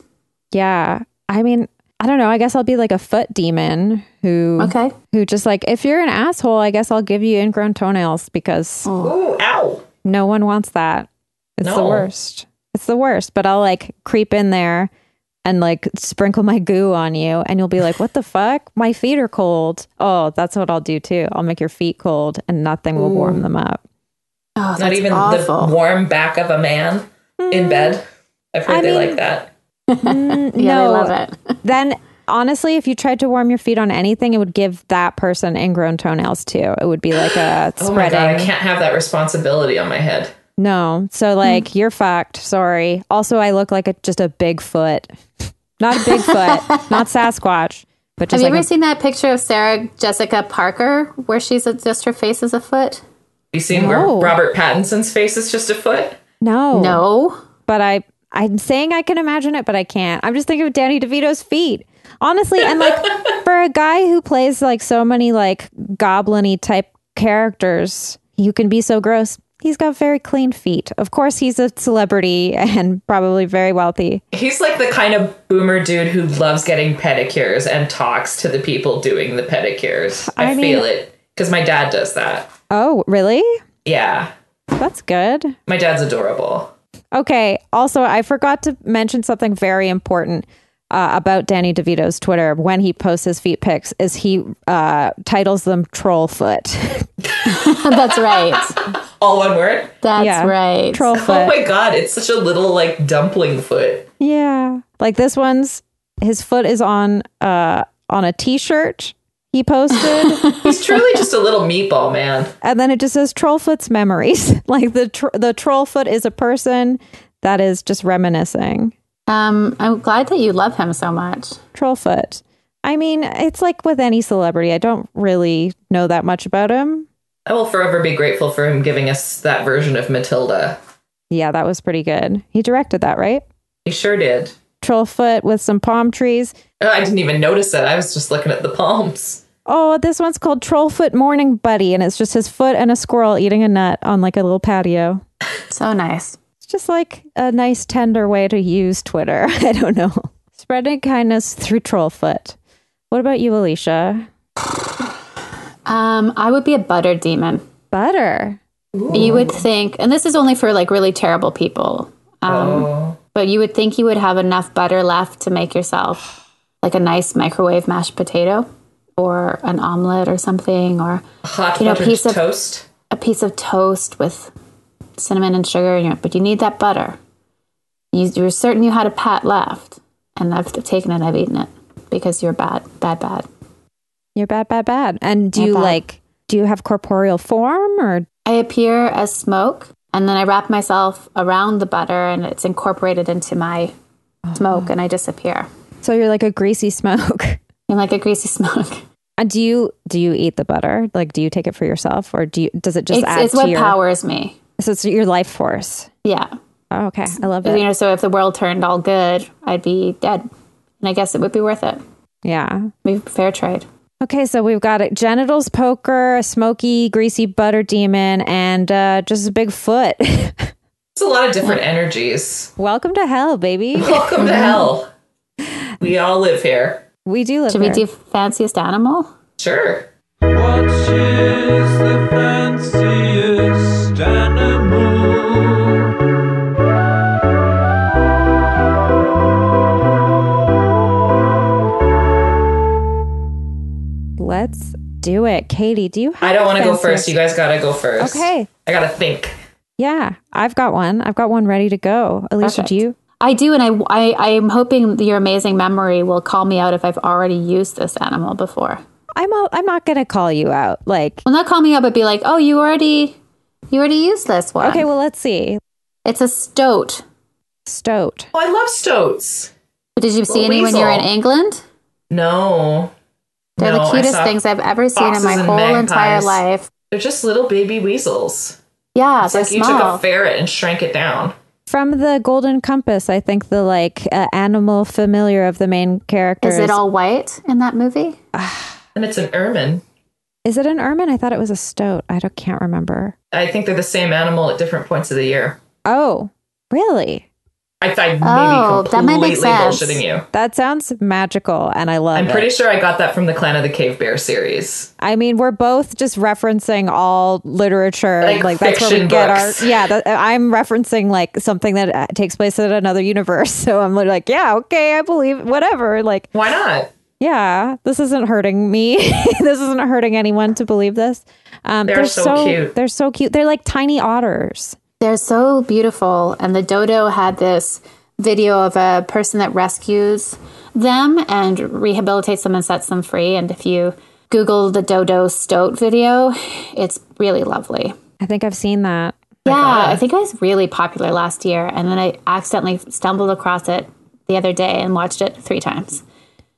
Speaker 2: Yeah. I mean, I don't know. I guess I'll be like a foot demon who
Speaker 1: Okay,
Speaker 2: who just like if you're an asshole, I guess I'll give you ingrown toenails because
Speaker 3: Ooh, ow.
Speaker 2: no one wants that. It's the
Speaker 3: No.
Speaker 2: worst. It's the worst, but I'll like creep in there and like sprinkle my goo on you and you'll be like, "What the fuck? My feet are cold." Oh, that's what I'll do too. I'll make your feet cold and nothing will warm them up.
Speaker 1: oh,
Speaker 3: Not
Speaker 1: that's
Speaker 3: even
Speaker 1: awful.
Speaker 3: the warm back of a man in bed. I've heard
Speaker 2: Mm. I
Speaker 3: they
Speaker 2: mean-
Speaker 3: like that.
Speaker 1: yeah, I
Speaker 2: no.
Speaker 1: love it.
Speaker 2: then honestly, if you tried to warm your feet on anything, it would give that person ingrown toenails too. It would be like a
Speaker 3: Oh my god, I
Speaker 2: spreading.
Speaker 3: can't have that responsibility on my head.
Speaker 2: No.
Speaker 1: Hmm.
Speaker 2: So like you're fucked. Sorry. Also, I look like a, just a Bigfoot, not a Bigfoot, not Sasquatch, but
Speaker 1: Have
Speaker 2: just
Speaker 1: you
Speaker 2: like
Speaker 1: ever
Speaker 2: a,
Speaker 1: seen that picture of Sarah Jessica Parker where she's at just her face is a foot?
Speaker 3: You seen
Speaker 2: No.
Speaker 3: where Robert Pattinson's face is just a foot?
Speaker 2: no,
Speaker 1: No.
Speaker 2: But I, I'm saying I can imagine it, but I can't. I'm just thinking of Danny DeVito's feet. Honestly, and like for a guy who plays like so many like goblin-y type characters, you can be so gross. He's got very clean feet. Of course, he's a celebrity and probably very wealthy.
Speaker 3: He's like the kind of boomer dude who loves getting pedicures and talks to the people doing the pedicures. I,
Speaker 2: I mean-
Speaker 3: feel it because my dad does that.
Speaker 2: Oh, really?
Speaker 3: Yeah,
Speaker 2: That's good.
Speaker 3: my dad's adorable.
Speaker 2: Okay. Also, I forgot to mention something very important uh, about Danny DeVito's Twitter when he posts his feet pics. Is he uh, titles them troll foot?
Speaker 1: That's right.
Speaker 3: All one word.
Speaker 1: That's
Speaker 2: Yeah.
Speaker 1: right.
Speaker 2: troll
Speaker 3: Oh
Speaker 2: foot.
Speaker 3: my god, it's such a little like dumpling foot.
Speaker 2: yeah. Like this one's his foot is on uh on a t-shirt he posted,
Speaker 3: He's truly just a little meatball man.
Speaker 2: and then it just says troll foot's memories. like the tr- the troll foot is a person that is just reminiscing.
Speaker 1: Um, I'm glad that you love him so much.
Speaker 2: Trollfoot. I mean, it's like with any celebrity. I don't really know that much about him.
Speaker 3: I will forever be grateful for him giving us that version of Matilda.
Speaker 2: Yeah, that was pretty good. He directed that, right?
Speaker 3: He sure did.
Speaker 2: Trollfoot with some palm trees.
Speaker 3: Oh, I didn't even notice it. I was just looking at the palms.
Speaker 2: Oh, this one's called Trollfoot Morning Buddy, and it's just his foot and a squirrel eating a nut on like a little patio.
Speaker 1: So nice.
Speaker 2: It's just like a nice, tender way to use Twitter. I don't know. Spreading kindness through Trollfoot. What about you, Alicia?
Speaker 1: Um, I would be a butter demon.
Speaker 2: Butter.
Speaker 1: You would think, and this is only for like really terrible people, um,
Speaker 3: Oh.
Speaker 1: but you would think you would have enough butter left to make yourself like a nice microwave mashed potato or an omelet or something or
Speaker 3: Hot
Speaker 1: You know,
Speaker 3: buttered
Speaker 1: piece of-
Speaker 3: toast.
Speaker 1: a piece of toast with cinnamon and sugar in it, but you need that butter. You, you were certain you had a pat left, and I've taken it, I've eaten it because you're bad, bad, bad.
Speaker 2: You're bad, bad, bad. And do
Speaker 1: Not
Speaker 2: you
Speaker 1: bad.
Speaker 2: like, do you have corporeal form or
Speaker 1: I appear as smoke, and then I wrap myself around the butter, and it's incorporated into my smoke, and I disappear.
Speaker 2: so you're like a greasy smoke?
Speaker 1: I'm like a greasy smoke.
Speaker 2: And do you do you eat the butter? Like, do you take it for yourself, or do you does it just
Speaker 1: it's
Speaker 2: add
Speaker 1: it's
Speaker 2: to
Speaker 1: what
Speaker 2: your
Speaker 1: powers me.
Speaker 2: So it's your life force.
Speaker 1: Yeah.
Speaker 2: Oh, okay, I love
Speaker 1: You
Speaker 2: it.
Speaker 1: know, so if the world turned all good, I'd be dead. And I guess it would be worth it.
Speaker 2: Yeah.
Speaker 1: Maybe fair trade.
Speaker 2: Okay, so we've got a genitals poker, a smoky, greasy butter demon, and uh, just a big foot.
Speaker 3: It's a lot of different energies.
Speaker 2: Welcome to hell, baby.
Speaker 3: Welcome to hell. We all live here.
Speaker 2: We do live
Speaker 1: Should we
Speaker 2: here.
Speaker 1: do fanciest animal?
Speaker 3: Sure.
Speaker 4: What is the fanciest animal?
Speaker 2: Let's do it, Katie. Do you? Have
Speaker 3: I don't want to go
Speaker 2: fancy-
Speaker 3: first. You guys gotta go first.
Speaker 2: Okay.
Speaker 3: I gotta think.
Speaker 2: Yeah, I've got one. I've got one ready to go. Alicia,
Speaker 1: Perfect.
Speaker 2: do you?
Speaker 1: I do, and I, I I'm hoping your amazing memory will call me out if I've already used this animal before.
Speaker 2: I'm. All, I'm not gonna call you out. Like,
Speaker 1: Well, not call me out, but be like, oh, you already you already used this one.
Speaker 2: okay, well, let's see.
Speaker 1: it's a stoat.
Speaker 2: Stoat.
Speaker 3: Oh, I love stoats.
Speaker 1: But did you see
Speaker 3: Well,
Speaker 1: any when you were in
Speaker 3: weasel.
Speaker 1: England?
Speaker 3: No.
Speaker 1: They're
Speaker 3: No,
Speaker 1: the
Speaker 3: I
Speaker 1: cutest
Speaker 3: saw-
Speaker 1: things I've ever seen in
Speaker 3: foxes
Speaker 1: my
Speaker 3: and
Speaker 1: whole entire
Speaker 3: magpies.
Speaker 1: life.
Speaker 3: They're just little baby weasels.
Speaker 1: Yeah,
Speaker 3: It's
Speaker 1: they're
Speaker 3: like you took a
Speaker 1: Ah, small.
Speaker 3: ferret and shrank it down.
Speaker 2: From the Golden Compass, I think the like uh, animal familiar of the main character
Speaker 1: Is it all white in that movie?
Speaker 3: And it's an ermine.
Speaker 2: Is it an ermine? I thought it was a stoat. I don't, can't remember.
Speaker 3: I think they're the same animal at different points of the year.
Speaker 2: Oh, really?
Speaker 3: I, I may
Speaker 1: Oh,
Speaker 3: be
Speaker 1: that might
Speaker 3: completely
Speaker 1: make sense.
Speaker 3: bullshitting you.
Speaker 2: That sounds magical, and I love
Speaker 3: I'm
Speaker 2: it.
Speaker 3: pretty sure I got that from the Clan of the Cave Bear series.
Speaker 2: I mean, we're both just referencing all literature.
Speaker 3: Like
Speaker 2: that's where we
Speaker 3: fiction
Speaker 2: get
Speaker 3: books.
Speaker 2: our. Yeah, that, uh, I'm referencing like something that uh, takes place in another universe. So I'm literally like, yeah, okay, I believe whatever. Like,
Speaker 3: Why not?
Speaker 2: yeah, this isn't hurting me. this isn't hurting anyone to believe this. Um,
Speaker 3: They're so cute.
Speaker 2: They're so cute. They're like tiny otters.
Speaker 1: They're so beautiful. And the dodo had this video of a person that rescues them and rehabilitates them and sets them free. And if you Google the dodo stoat video, it's really lovely.
Speaker 2: I think I've seen that.
Speaker 1: yeah, I think it was really popular last year, and then I accidentally stumbled across it the other day and watched it three times.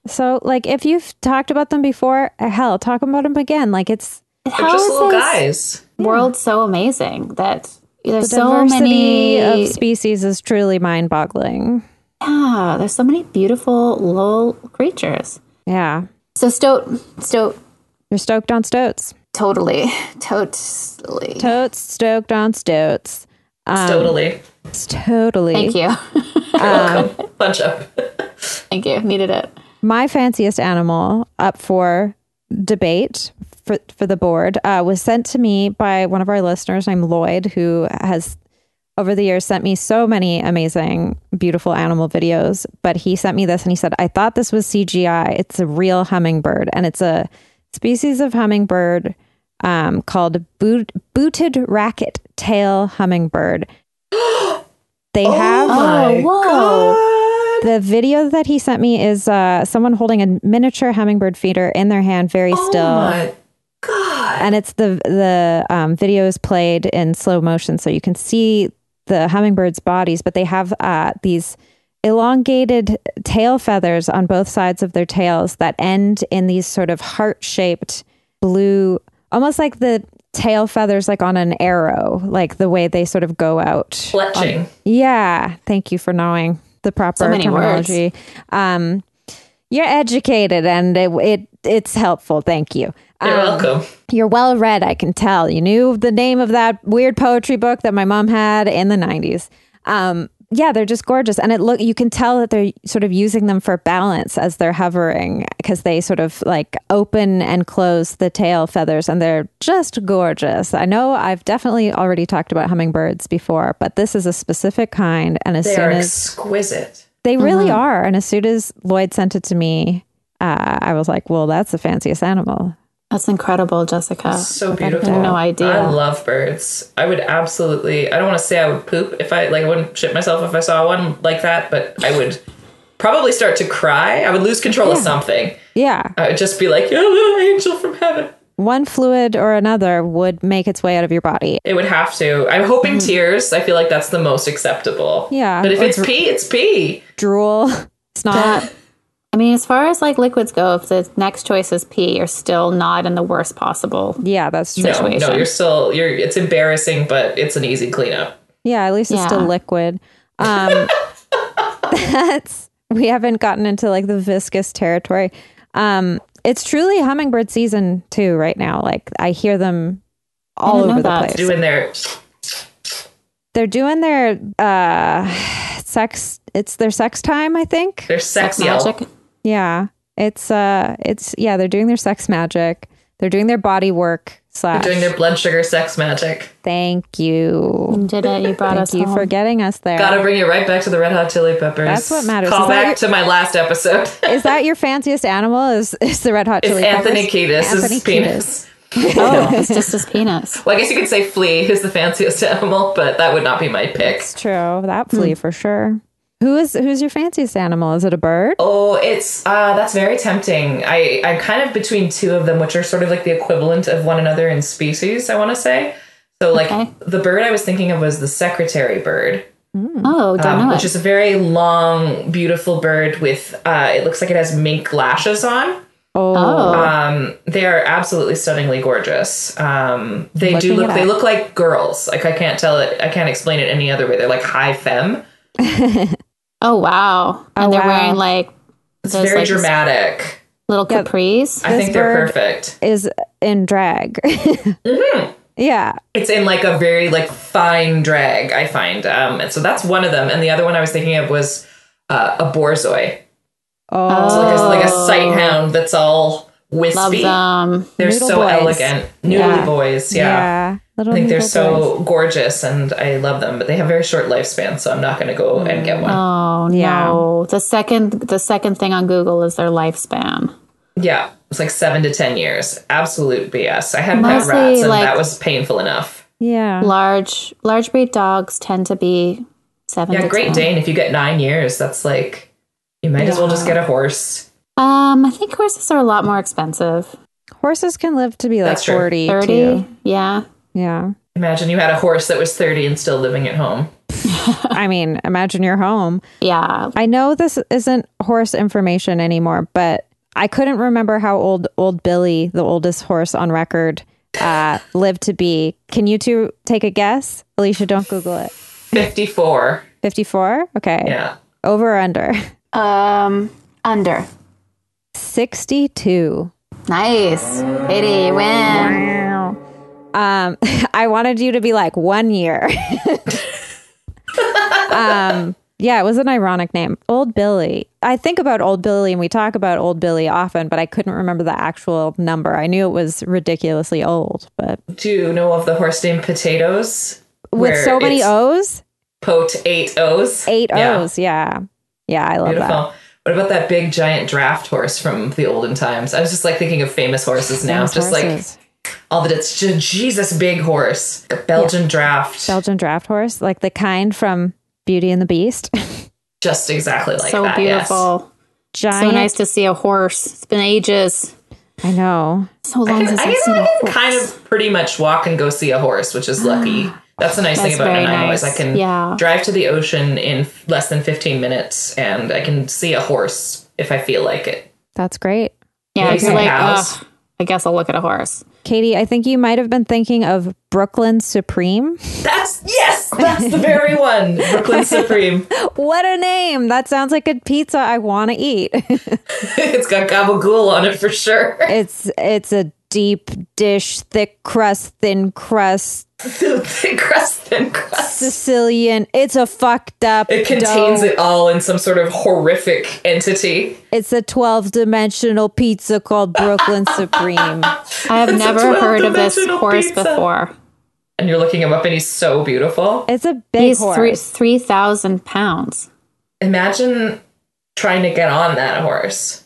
Speaker 2: So, like, if you've talked about them before, uh, hell, talk about them again. Like, it's
Speaker 3: They're just
Speaker 1: is
Speaker 3: little
Speaker 1: Oh, this
Speaker 3: guys.
Speaker 1: world so amazing that there's
Speaker 2: the
Speaker 1: so
Speaker 2: diversity
Speaker 1: many
Speaker 2: of species is truly mind boggling.
Speaker 1: yeah, there's so many beautiful little creatures.
Speaker 2: Yeah.
Speaker 1: So stoat, stoat,
Speaker 2: You're stoked on stoats.
Speaker 1: totally, totally.
Speaker 2: Totes, stoked on stoats. Um,
Speaker 3: totally.
Speaker 2: Totally.
Speaker 1: Thank you,
Speaker 3: Welcome. Bunch up.
Speaker 2: um,
Speaker 1: thank you. Needed it.
Speaker 2: My fanciest animal up for debate for, for the board uh, was sent to me by one of our listeners named Lloyd, who has over the years sent me so many amazing, beautiful animal videos. But he sent me this and he said, I thought this was CGI. It's a real hummingbird and it's a species of hummingbird um, called boot, booted racket tail hummingbird. They have
Speaker 1: Oh,
Speaker 3: My
Speaker 1: whoa!
Speaker 2: the video that he sent me is uh, someone holding a miniature hummingbird feeder in their hand, very still,
Speaker 3: Oh my god.
Speaker 2: and it's the the um, video is played in slow motion, so you can see the hummingbirds' bodies, but they have uh, these elongated tail feathers on both sides of their tails that end in these sort of heart shaped blue, almost like the tail feathers like on an arrow, like the way they sort of go out.
Speaker 3: Fletching.
Speaker 2: Yeah, thank you for knowing the proper
Speaker 1: So many words.
Speaker 2: terminology. Um, you're educated, and it, it it's helpful. Thank you.
Speaker 3: You're
Speaker 2: Um,
Speaker 3: welcome.
Speaker 2: You're well read. I can tell. You knew the name of that weird poetry book that my mom had in the '90s. Um, yeah, they're just gorgeous, and it look you can tell that they're sort of using them for balance as they're hovering because they sort of like open and close the tail feathers, and they're just gorgeous. I know I've definitely already talked about hummingbirds before, but this is a specific kind, and as
Speaker 3: They
Speaker 2: soon
Speaker 3: are mm-hmm.
Speaker 2: as
Speaker 3: exquisite.
Speaker 2: they really are. And as soon as Lloyd sent it to me, uh, I was like, well, that's the fanciest animal.
Speaker 1: That's incredible, Jessica.
Speaker 3: So beautiful.
Speaker 1: no idea.
Speaker 3: I love birds. I would absolutely. I don't want to say I would poop if I like. I wouldn't shit myself if I saw one like that. But I would probably start to cry. I would lose control of something.
Speaker 2: Yeah.
Speaker 3: I would just be like, "You're a little angel from heaven."
Speaker 2: One fluid or another would make its way out of your body.
Speaker 3: It would have to. I'm hoping tears. I feel like that's the most acceptable.
Speaker 2: Yeah.
Speaker 3: But if
Speaker 2: Or
Speaker 3: it's pee, it's pee.
Speaker 2: Drool, snot.
Speaker 1: I mean, as far as like liquids go, if the next choice is pee, you're still not in the worst possible.
Speaker 2: yeah, that's true.
Speaker 3: No, no, you're still. You're. It's embarrassing, but it's an easy cleanup.
Speaker 2: Yeah, at least it's still
Speaker 1: Yeah.
Speaker 2: liquid. Um, that's we haven't gotten into like the viscous territory. Um, it's truly hummingbird season too right now. Like I hear them all
Speaker 1: didn't know
Speaker 2: over the
Speaker 1: that.
Speaker 2: place.
Speaker 3: Doing their.
Speaker 2: they're doing their uh sex it's their sex time i think
Speaker 3: Their sex, yell.
Speaker 1: Magic.
Speaker 2: yeah it's uh it's yeah they're doing their sex magic they're doing their body work slash
Speaker 3: Doing their blood sugar sex magic.
Speaker 2: thank you
Speaker 1: You did it. You brought us
Speaker 2: thank you
Speaker 1: home.
Speaker 2: for getting us there. Is
Speaker 3: Gotta bring it right back to the Red Hot Chili Peppers.
Speaker 2: That's what matters.
Speaker 3: Call
Speaker 2: Is that
Speaker 3: back to
Speaker 2: your-
Speaker 3: my last episode.
Speaker 2: that your fanciest animal is is the red hot
Speaker 3: It's
Speaker 2: chili
Speaker 3: Anthony
Speaker 2: Peppers?
Speaker 3: Kiedis'
Speaker 2: Anthony Kiedis.
Speaker 3: penis.
Speaker 1: Oh, it's just his penis.
Speaker 3: Well, I guess you could say flea is the fanciest animal, but that would not be my pick.
Speaker 2: it's true that flea for sure Hmm. who is who's your fanciest animal is it a bird
Speaker 3: Oh, it's uh, that's very tempting. I I'm kind of between two of them, which are sort of like the equivalent of one another in species. I want to say. So, like
Speaker 1: Okay.
Speaker 3: the bird I was thinking of was the secretary bird.
Speaker 1: Oh,
Speaker 3: um,
Speaker 1: don't
Speaker 2: Ah.
Speaker 1: know
Speaker 3: which
Speaker 1: it.
Speaker 3: is a very long, beautiful bird with uh, it looks like it has mink lashes on.
Speaker 1: oh,
Speaker 3: Um, they are absolutely stunningly gorgeous. Um, they do
Speaker 2: Looking
Speaker 3: look
Speaker 2: it
Speaker 3: they
Speaker 2: up.
Speaker 3: look like girls. Like I can't tell it. I can't explain it any other way. They're like high femme.
Speaker 1: oh wow! And they're
Speaker 2: wow.
Speaker 1: wearing like
Speaker 3: It's
Speaker 1: those
Speaker 3: very
Speaker 1: like
Speaker 3: dramatic.
Speaker 1: little capris.
Speaker 3: I think they're
Speaker 2: bird-
Speaker 3: perfect.
Speaker 2: is in drag
Speaker 3: Mm-hmm.
Speaker 2: yeah
Speaker 3: It's in like a very like fine drag. I find. Um, and so that's one of them. And the other one I was thinking of was uh, a borzoi.
Speaker 2: oh
Speaker 3: So like, a, like a
Speaker 1: Oh.
Speaker 3: sight hound that's all
Speaker 1: Love
Speaker 3: wispy.
Speaker 1: them.
Speaker 3: They're
Speaker 2: Noodle
Speaker 3: so
Speaker 2: boys.
Speaker 3: elegant. Noodly
Speaker 2: Yeah.
Speaker 3: boys. yeah.
Speaker 2: little
Speaker 3: I think they're
Speaker 2: noodle boys.
Speaker 3: so gorgeous and I love them, but they have very short lifespans, so I'm not going to go and get one.
Speaker 1: Oh
Speaker 2: Yeah.
Speaker 1: no! The second the second thing on Google is their lifespan.
Speaker 3: Yeah, it's like seven to 10 years. Absolute BS. I had pet
Speaker 1: Mostly,
Speaker 3: rats and
Speaker 1: like-
Speaker 3: that was painful enough.
Speaker 2: yeah
Speaker 1: Large large breed dogs tend to be seven.
Speaker 3: Yeah,
Speaker 1: to
Speaker 3: Great
Speaker 1: 10.
Speaker 3: Dane, if you get nine years, that's like, you might as well just get a horse.
Speaker 1: Um, I think horses are a lot more expensive.
Speaker 2: Horses can live to be like
Speaker 3: That's true.
Speaker 2: 40.
Speaker 1: Thirty,
Speaker 2: too.
Speaker 1: yeah.
Speaker 2: Yeah.
Speaker 3: Imagine you had a horse that was 30 and still living at home.
Speaker 2: I mean, imagine your home.
Speaker 1: Yeah.
Speaker 2: I know this isn't horse information anymore, but I couldn't remember how old old Billy, the oldest horse on record, uh, lived to be. Can you two take a guess? Alicia, don't Google it.
Speaker 3: 54.
Speaker 2: 54? Okay.
Speaker 3: Yeah.
Speaker 2: Over or under?
Speaker 1: Um, under.
Speaker 2: 62.
Speaker 1: Nice. Itty win.
Speaker 2: Um, I wanted you to be like one year. um, yeah, it was an ironic name. Old Billy. I think about Old Billy and we talk about Old Billy often, but I couldn't remember the actual number. I knew it was ridiculously old, but
Speaker 3: Do you know of the horse named Potatoes?
Speaker 2: with
Speaker 3: Where
Speaker 2: so many
Speaker 3: it's
Speaker 2: O's,
Speaker 3: Pot eight O's.
Speaker 2: eight
Speaker 3: Yeah.
Speaker 2: O's. Yeah. Yeah, I love that.
Speaker 3: Beautiful. What about that big giant draft horse from the olden times? I was just like thinking of famous horses now.
Speaker 2: Famous
Speaker 3: just
Speaker 2: horses.
Speaker 3: like all that it's just Jesus big horse. A Belgian draft.
Speaker 2: Belgian draft horse, like the kind from Beauty and the Beast.
Speaker 3: just exactly like
Speaker 1: so
Speaker 3: that. yes.
Speaker 1: beautiful.
Speaker 2: Giant.
Speaker 1: So nice to see a horse. It's been ages.
Speaker 2: I know.
Speaker 1: So long
Speaker 3: I
Speaker 1: since I've
Speaker 3: guess
Speaker 1: seen a
Speaker 3: I can
Speaker 1: horse.
Speaker 3: kind of pretty much walk and go see a horse, which is lucky. That's the nice thing
Speaker 1: That's
Speaker 3: about
Speaker 1: very
Speaker 3: Nanaimo is I
Speaker 1: nice.
Speaker 3: can
Speaker 1: Yeah.
Speaker 3: drive to the ocean in f- less than 15 minutes and I can see a horse if I feel like it.
Speaker 2: That's great.
Speaker 1: yeah,
Speaker 3: Maybe
Speaker 1: if you're
Speaker 3: some
Speaker 1: like,
Speaker 3: cows.
Speaker 1: ugh, I guess I'll look at a horse.
Speaker 2: Katie, I think you might have been thinking of Brooklyn Supreme.
Speaker 3: That's yes, that's the very one. Brooklyn Supreme.
Speaker 2: What a name! That sounds like a pizza I want to eat.
Speaker 3: it's got gabagool on it for sure.
Speaker 2: it's it's a deep dish, thick crust, thin crust,
Speaker 3: Thin crust, thin crust.
Speaker 2: Sicilian. It's a fucked up.
Speaker 3: It contains
Speaker 2: dough.
Speaker 3: it all in some sort of horrific entity.
Speaker 2: It's a twelve-dimensional pizza called Brooklyn Supreme.
Speaker 1: I have
Speaker 3: It's a
Speaker 1: never heard of this
Speaker 3: 12-dimensional
Speaker 1: horse
Speaker 3: pizza.
Speaker 1: before.
Speaker 3: And you're looking him up and he's so beautiful.
Speaker 2: It's a big
Speaker 1: He's
Speaker 2: horse.
Speaker 1: three three thousand pounds.
Speaker 3: Imagine trying to get on that horse.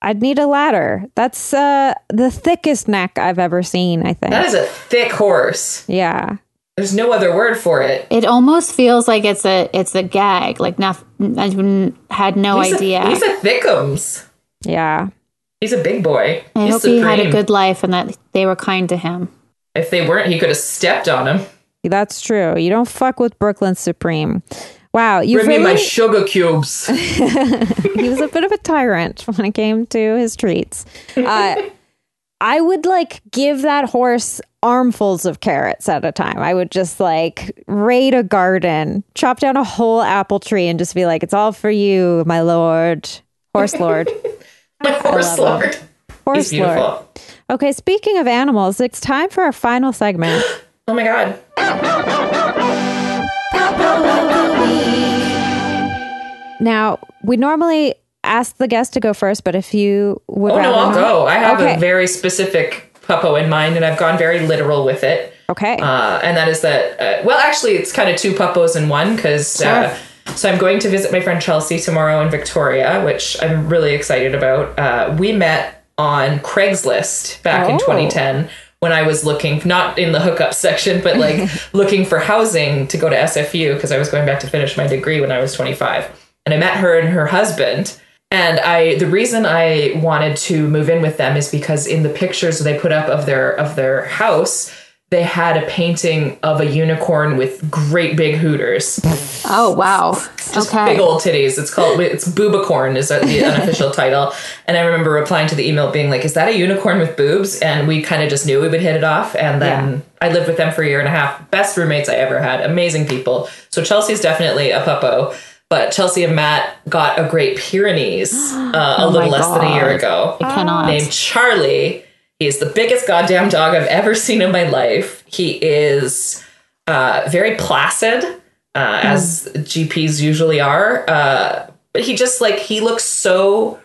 Speaker 2: I'd need a ladder. That's uh, the thickest neck I've ever seen. I think.
Speaker 3: That is a thick horse.
Speaker 2: yeah.
Speaker 3: There's no other word for it.
Speaker 1: It almost feels like it's a it's a gag. Like not, I n- had no
Speaker 3: he's
Speaker 1: idea.
Speaker 3: A, he's a thickums.
Speaker 2: Yeah.
Speaker 3: He's a big boy.
Speaker 1: I
Speaker 3: he's
Speaker 1: hope he had a good life and that they were kind to him.
Speaker 3: If they weren't, he could have stepped on him.
Speaker 2: That's true. You don't fuck with Brooklyn Supreme. Wow, you
Speaker 3: Bring
Speaker 2: really
Speaker 3: me my sugar cubes.
Speaker 2: he was a bit of a tyrant when it came to his treats. Uh, I would like give that horse armfuls of carrots at a time. I would just like raid a garden, chop down a whole apple tree, and just be like, "It's all for you, my lord, horse lord,
Speaker 3: my horse
Speaker 2: love him.
Speaker 3: lord. He's
Speaker 2: horse
Speaker 3: beautiful.
Speaker 2: lord." Okay, speaking of animals, it's time for our final segment.
Speaker 3: Oh my god.
Speaker 2: Now, we normally ask the guest to go first, but if you would
Speaker 3: Oh no,
Speaker 2: rather
Speaker 3: I'll
Speaker 2: not-
Speaker 3: go. I have
Speaker 2: Okay.
Speaker 3: a very specific puppo in mind, and I've gone very literal with it.
Speaker 2: Okay.
Speaker 3: Uh, and that is that. Uh, well, actually, it's kind of two puppos in one because. Uh, so I'm going to visit my friend Chelsea tomorrow in Victoria, which I'm really excited about. Uh, we met on Craigslist back in
Speaker 2: Oh.
Speaker 3: 2010 when I was looking, not in the hookup section, but like looking for housing to go to SFU because I was going back to finish my degree when I was 25. And I met her and her husband. And I, the reason I wanted to move in with them is because in the pictures they put up of their of their house, they had a painting of a unicorn with great big hooters
Speaker 1: Oh wow. Okay.
Speaker 3: big old titties. It's called it's boobicorn is the unofficial title. And I remember replying to the email being like, "Is that a unicorn with boobs?" And we kind of just knew we would hit it off. And then I lived with them for a year and a half. Best roommates I ever had. Amazing people. So Chelsea's definitely a puppo. But Chelsea and Matt got a Great Pyrenees uh, a little less than a year
Speaker 1: Oh God.
Speaker 3: ago
Speaker 1: I cannot.
Speaker 3: named Charlie. He is the biggest goddamn dog I've ever seen in my life. He is uh, very placid, uh, as GPs usually are. Uh, but he just like he looks so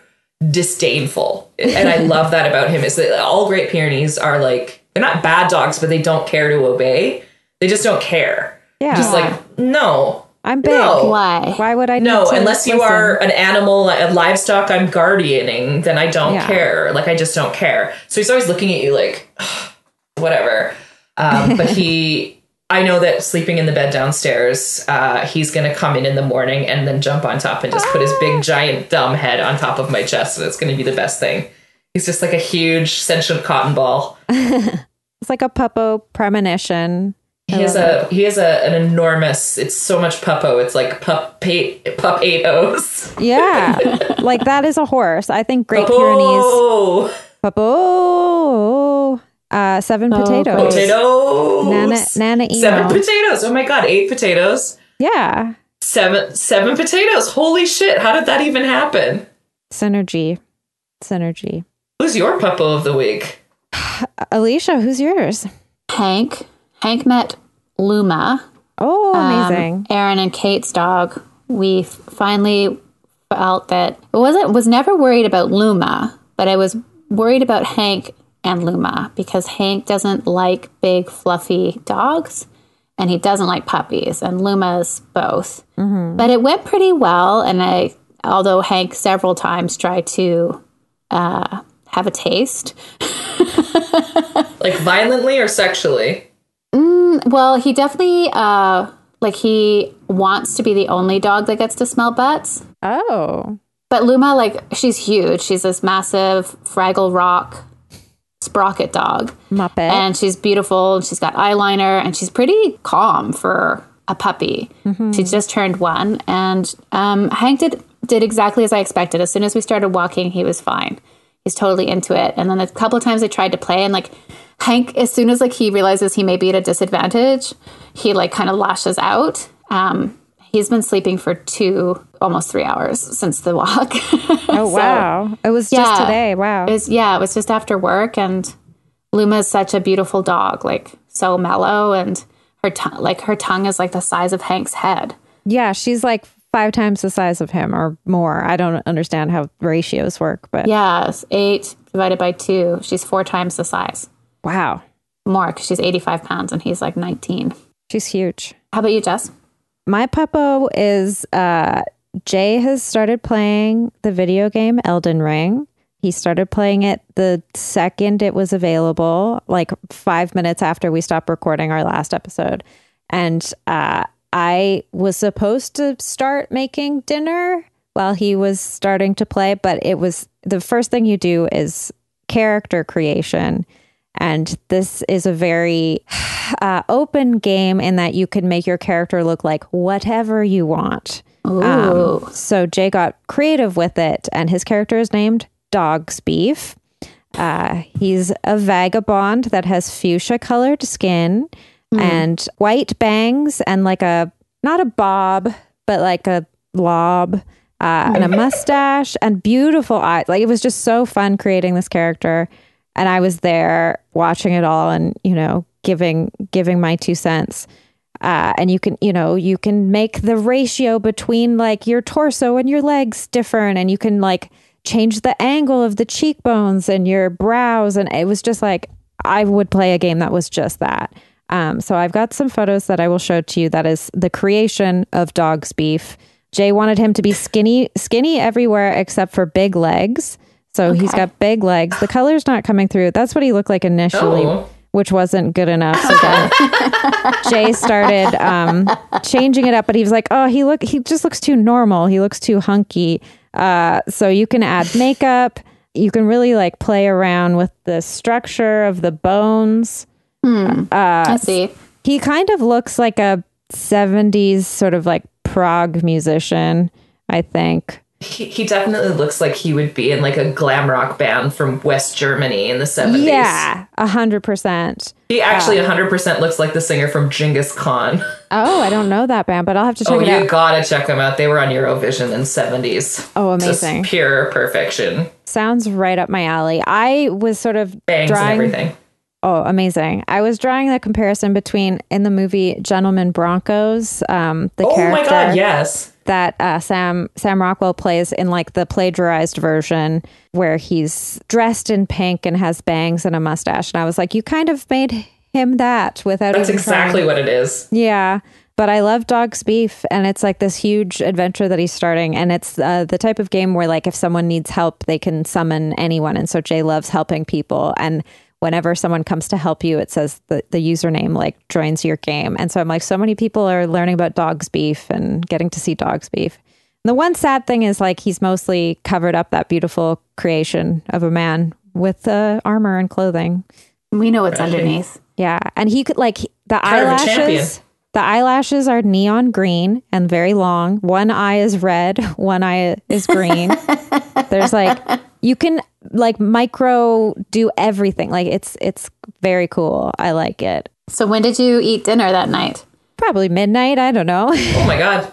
Speaker 3: disdainful, and I love that about him. Is that all Great Pyrenees are like they're not bad dogs, but they don't care to obey. They just don't care.
Speaker 2: yeah.
Speaker 3: Just like no,
Speaker 2: I'm big.
Speaker 3: No.
Speaker 1: Why?
Speaker 2: Why would I? need
Speaker 3: no,
Speaker 2: to
Speaker 3: unless you
Speaker 2: listen?
Speaker 3: are an animal, a livestock I'm guardianing, then I don't
Speaker 2: Yeah.
Speaker 3: care. Like, I just don't care. So he's always looking at you like, whatever. Um, but he, I know that sleeping in the bed downstairs, uh, he's going to come in in the morning and then jump on top and just put his
Speaker 2: Ah.
Speaker 3: big, giant, dumb head on top of my chest. And it's going to be the best thing. He's just like a huge sentient cotton ball.
Speaker 2: It's like a puppo premonition.
Speaker 3: He has a he has a, an enormous. It's so much puppo. It's like pup eight pup eight O's.
Speaker 2: Yeah. like that is a horse. I think Great Pyrenees.
Speaker 3: Puppo
Speaker 2: Papo. Uh, seven
Speaker 1: Oh,
Speaker 2: potatoes.
Speaker 3: potatoes.
Speaker 2: Nana, Nana Eno.
Speaker 3: Seven potatoes. Oh my god, eight potatoes.
Speaker 2: Yeah.
Speaker 3: Seven seven potatoes. Holy shit! How did that even happen?
Speaker 2: Synergy. Synergy.
Speaker 3: Who's your puppo of the week?
Speaker 2: Alicia, who's yours?
Speaker 1: Hank. Hank met Luma.
Speaker 2: Oh,
Speaker 1: um,
Speaker 2: amazing.
Speaker 1: Aaron and Kate's dog. We f- finally felt that I wasn't was never worried about Luma, but I was worried about Hank and Luma because Hank doesn't like big fluffy dogs and he doesn't like puppies and Luma's both. But it went pretty well and I although Hank several times tried to uh, have a taste.
Speaker 3: Like violently or sexually?
Speaker 1: Well, he definitely uh like he wants to be the only dog that gets to smell butts.
Speaker 2: oh.
Speaker 1: But Luma, like, she's huge. She's this massive Fraggle Rock sprocket dog.
Speaker 2: Muppet.
Speaker 1: And she's beautiful. And she's got eyeliner. And she's pretty calm for a puppy. She just turned one. And um, Hank did, did exactly as I expected. As soon as we started walking, he was fine. He's totally into it. And then a couple of times they tried to play. And, like, Hank, as soon as, like, he realizes he may be at a disadvantage, he, like, kind of lashes out. Um, he's been sleeping for two, almost three hours since the walk.
Speaker 2: oh, wow. it was just
Speaker 1: Yeah.
Speaker 2: today. Wow.
Speaker 1: It was yeah, it was just after work, and Luma is such a beautiful dog, like so mellow, and her tongue, like her tongue, is like the size of Hank's head.
Speaker 2: yeah. She's like five times the size of him or more. I don't understand how ratios work, but
Speaker 1: Yes, eight divided by two, she's four times the size.
Speaker 2: wow.
Speaker 1: More because she's eighty-five pounds and he's like nineteen.
Speaker 2: She's huge.
Speaker 1: How about you, Jess?
Speaker 2: My puppo is uh, Jay has started playing the video game Elden Ring. He started playing it the second it was available, like five minutes after we stopped recording our last episode. And uh, I was supposed to start making dinner while he was starting to play, but it was the first thing you do is character creation. And this is a very uh, open game in that you can make your character look like whatever you want. Um, so Jay got creative with it, and his character is named Dog's Beef. Uh, he's a vagabond that has fuchsia colored skin and white bangs and like a not a bob but like a lob uh, and a mustache and beautiful eyes like it was just so fun creating this character and i was there watching it all and you know giving giving my two cents uh, and you can you know you can make the ratio between like your torso and your legs different and you can like change the angle of the cheekbones and your brows and it was just like i would play a game that was just that um, so i've got some photos that i will show to you that is the creation of dog's beef jay wanted him to be skinny skinny everywhere except for big legs so he's got big legs the color's not coming through that's what he looked like initially
Speaker 3: Oh.
Speaker 2: which wasn't good enough so then Jay started um, changing it up, but he was like, "Oh, he look he just looks too normal. He looks too hunky." Uh, so you can add makeup. You can really like play around with the structure of the bones.
Speaker 1: I see.
Speaker 2: He kind of looks like a '70s sort of like prog musician, I think.
Speaker 3: He, he definitely looks like he would be in like a glam rock band from West Germany in the 70s.
Speaker 2: Yeah, a hundred percent.
Speaker 3: He actually 100% looks like the singer from Genghis Khan.
Speaker 2: Oh, I don't know that band, but I'll have to check
Speaker 3: Oh,
Speaker 2: it
Speaker 3: you
Speaker 2: out.
Speaker 3: gotta check them out. They were on Eurovision in 70s.
Speaker 2: Oh,
Speaker 3: Just
Speaker 2: amazing!
Speaker 3: pure perfection.
Speaker 2: Sounds right up my alley. I was sort of
Speaker 3: Bangs
Speaker 2: drawing.
Speaker 3: and everything.
Speaker 2: Oh, amazing. I was drawing the comparison between in the movie Gentleman Broncos, um, the
Speaker 3: Oh
Speaker 2: character
Speaker 3: my god, yes.
Speaker 2: that uh, Sam Sam Rockwell plays in like the plagiarized version where he's dressed in pink and has bangs and a mustache. And I was like, you kind of made him that without
Speaker 3: That's
Speaker 2: even trying.
Speaker 3: exactly what it is.
Speaker 2: Yeah. But I love Dog's Beef, and it's like this huge adventure that he's starting. And it's uh, the type of game where, like, if someone needs help, they can summon anyone. And so Jay loves helping people. And whenever someone comes to help you, it says the, the username, like, joins your game. And so I'm like, so many people are learning about Dog's Beef and getting to see Dog's Beef. And the one sad thing is, like, he's mostly covered up that beautiful creation of a man with uh, armor and clothing.
Speaker 1: We know what's underneath.
Speaker 2: Yeah, and he could like he- The
Speaker 3: Kind of a champion.
Speaker 2: eyelashes. The eyelashes are neon green and very long. One eye is red, one eye is green. There's like you can like micro do everything. Like it's it's very cool. I like it.
Speaker 1: So when did you eat dinner that night?
Speaker 2: Probably midnight, I don't know.
Speaker 3: Oh my god.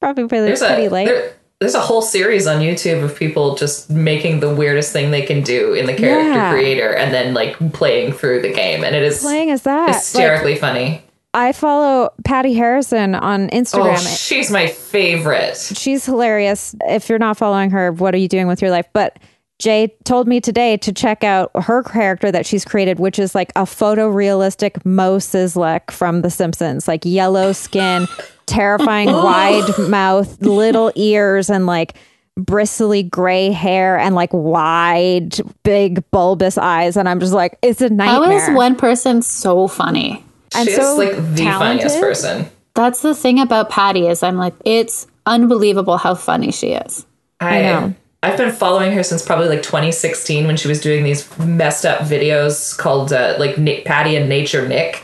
Speaker 2: Probably pretty,
Speaker 3: There's
Speaker 2: pretty
Speaker 3: a
Speaker 2: late.
Speaker 3: there- there's a whole series on YouTube of people just making the weirdest thing they can do in the character
Speaker 2: Yeah.
Speaker 3: creator and then like playing through the game and it is
Speaker 2: playing as that. Like,
Speaker 3: hysterically funny.
Speaker 2: I follow Patty Harrison on Instagram.
Speaker 3: Oh, she's my favorite.
Speaker 2: she's hilarious. If you're not following her, what are you doing with your life? But Jay told me today to check out her character that she's created, which is like a photorealistic Mo Sizlek from The Simpsons, like yellow skin, terrifying
Speaker 3: Oh.
Speaker 2: wide mouth, little ears, and like bristly gray hair and like wide, big bulbous eyes. And I'm just like, it's a
Speaker 1: How
Speaker 2: nightmare.
Speaker 1: is one person so funny?
Speaker 2: and
Speaker 3: She's
Speaker 2: so
Speaker 3: like the funniest
Speaker 2: talented.
Speaker 3: person.
Speaker 1: That's the thing about Patty is I'm like it's unbelievable how funny she is.
Speaker 3: I,
Speaker 2: know.
Speaker 3: I've been following her since probably like 2016 when she was doing these messed up videos called uh, like Nick, Patty and Nature Nick,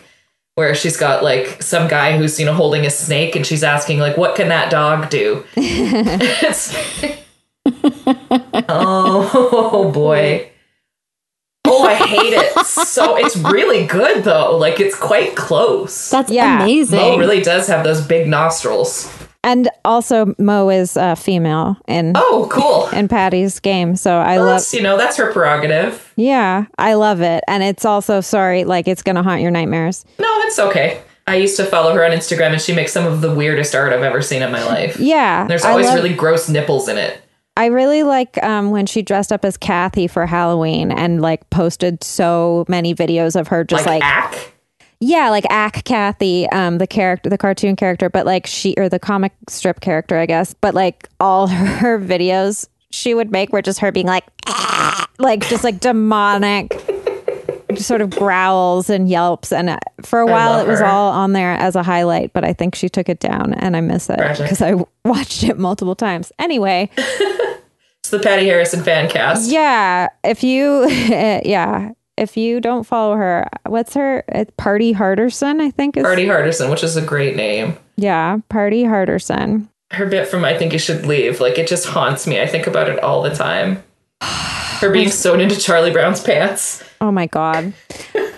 Speaker 3: where she's got like some guy who's you know holding a snake and she's asking like, "What can that dog do?" It's- oh, boy. Oh, I hate it. So it's really good though. Like it's quite close.
Speaker 1: That's
Speaker 2: Yeah.
Speaker 1: amazing.
Speaker 3: Mo really does have those big nostrils.
Speaker 2: And also, Mo is uh, female in,
Speaker 3: Oh, cool.
Speaker 2: in Patty's game. So I love
Speaker 3: That's, you know, that's her prerogative.
Speaker 2: Yeah, I love it. And it's also sorry, like it's gonna haunt your nightmares.
Speaker 3: No, it's okay. I used to follow her on Instagram and she makes some of the weirdest art I've ever seen in my life.
Speaker 2: Yeah.
Speaker 3: There's
Speaker 2: I
Speaker 3: always
Speaker 2: love-
Speaker 3: really gross nipples in it.
Speaker 2: I really like um when she dressed up as Kathy for Halloween and like posted so many videos of her just
Speaker 3: Like,
Speaker 2: like,
Speaker 3: ack.
Speaker 2: Yeah, like Ack Kathy, um, the character the cartoon character, but like she or the comic strip character, I guess. But like all her videos she would make were just her being like "Ah," like just like demonic sort of growls and yelps and uh, for a while
Speaker 3: love
Speaker 2: it was
Speaker 3: her.
Speaker 2: all on there as a highlight but i think she took it down and i miss it
Speaker 3: Tragic.
Speaker 2: because i w- watched it multiple times anyway
Speaker 3: It's the Patty Harrison fan cast.
Speaker 2: yeah if you yeah if you don't follow her what's her it's party harderson i think is
Speaker 3: Artie Hardison, which is a great name.
Speaker 2: yeah party harderson
Speaker 3: Her bit from I Think You Should Leave, like it just haunts me. I think about it all the time. Her being sewn into Charlie Brown's pants.
Speaker 2: Oh my god.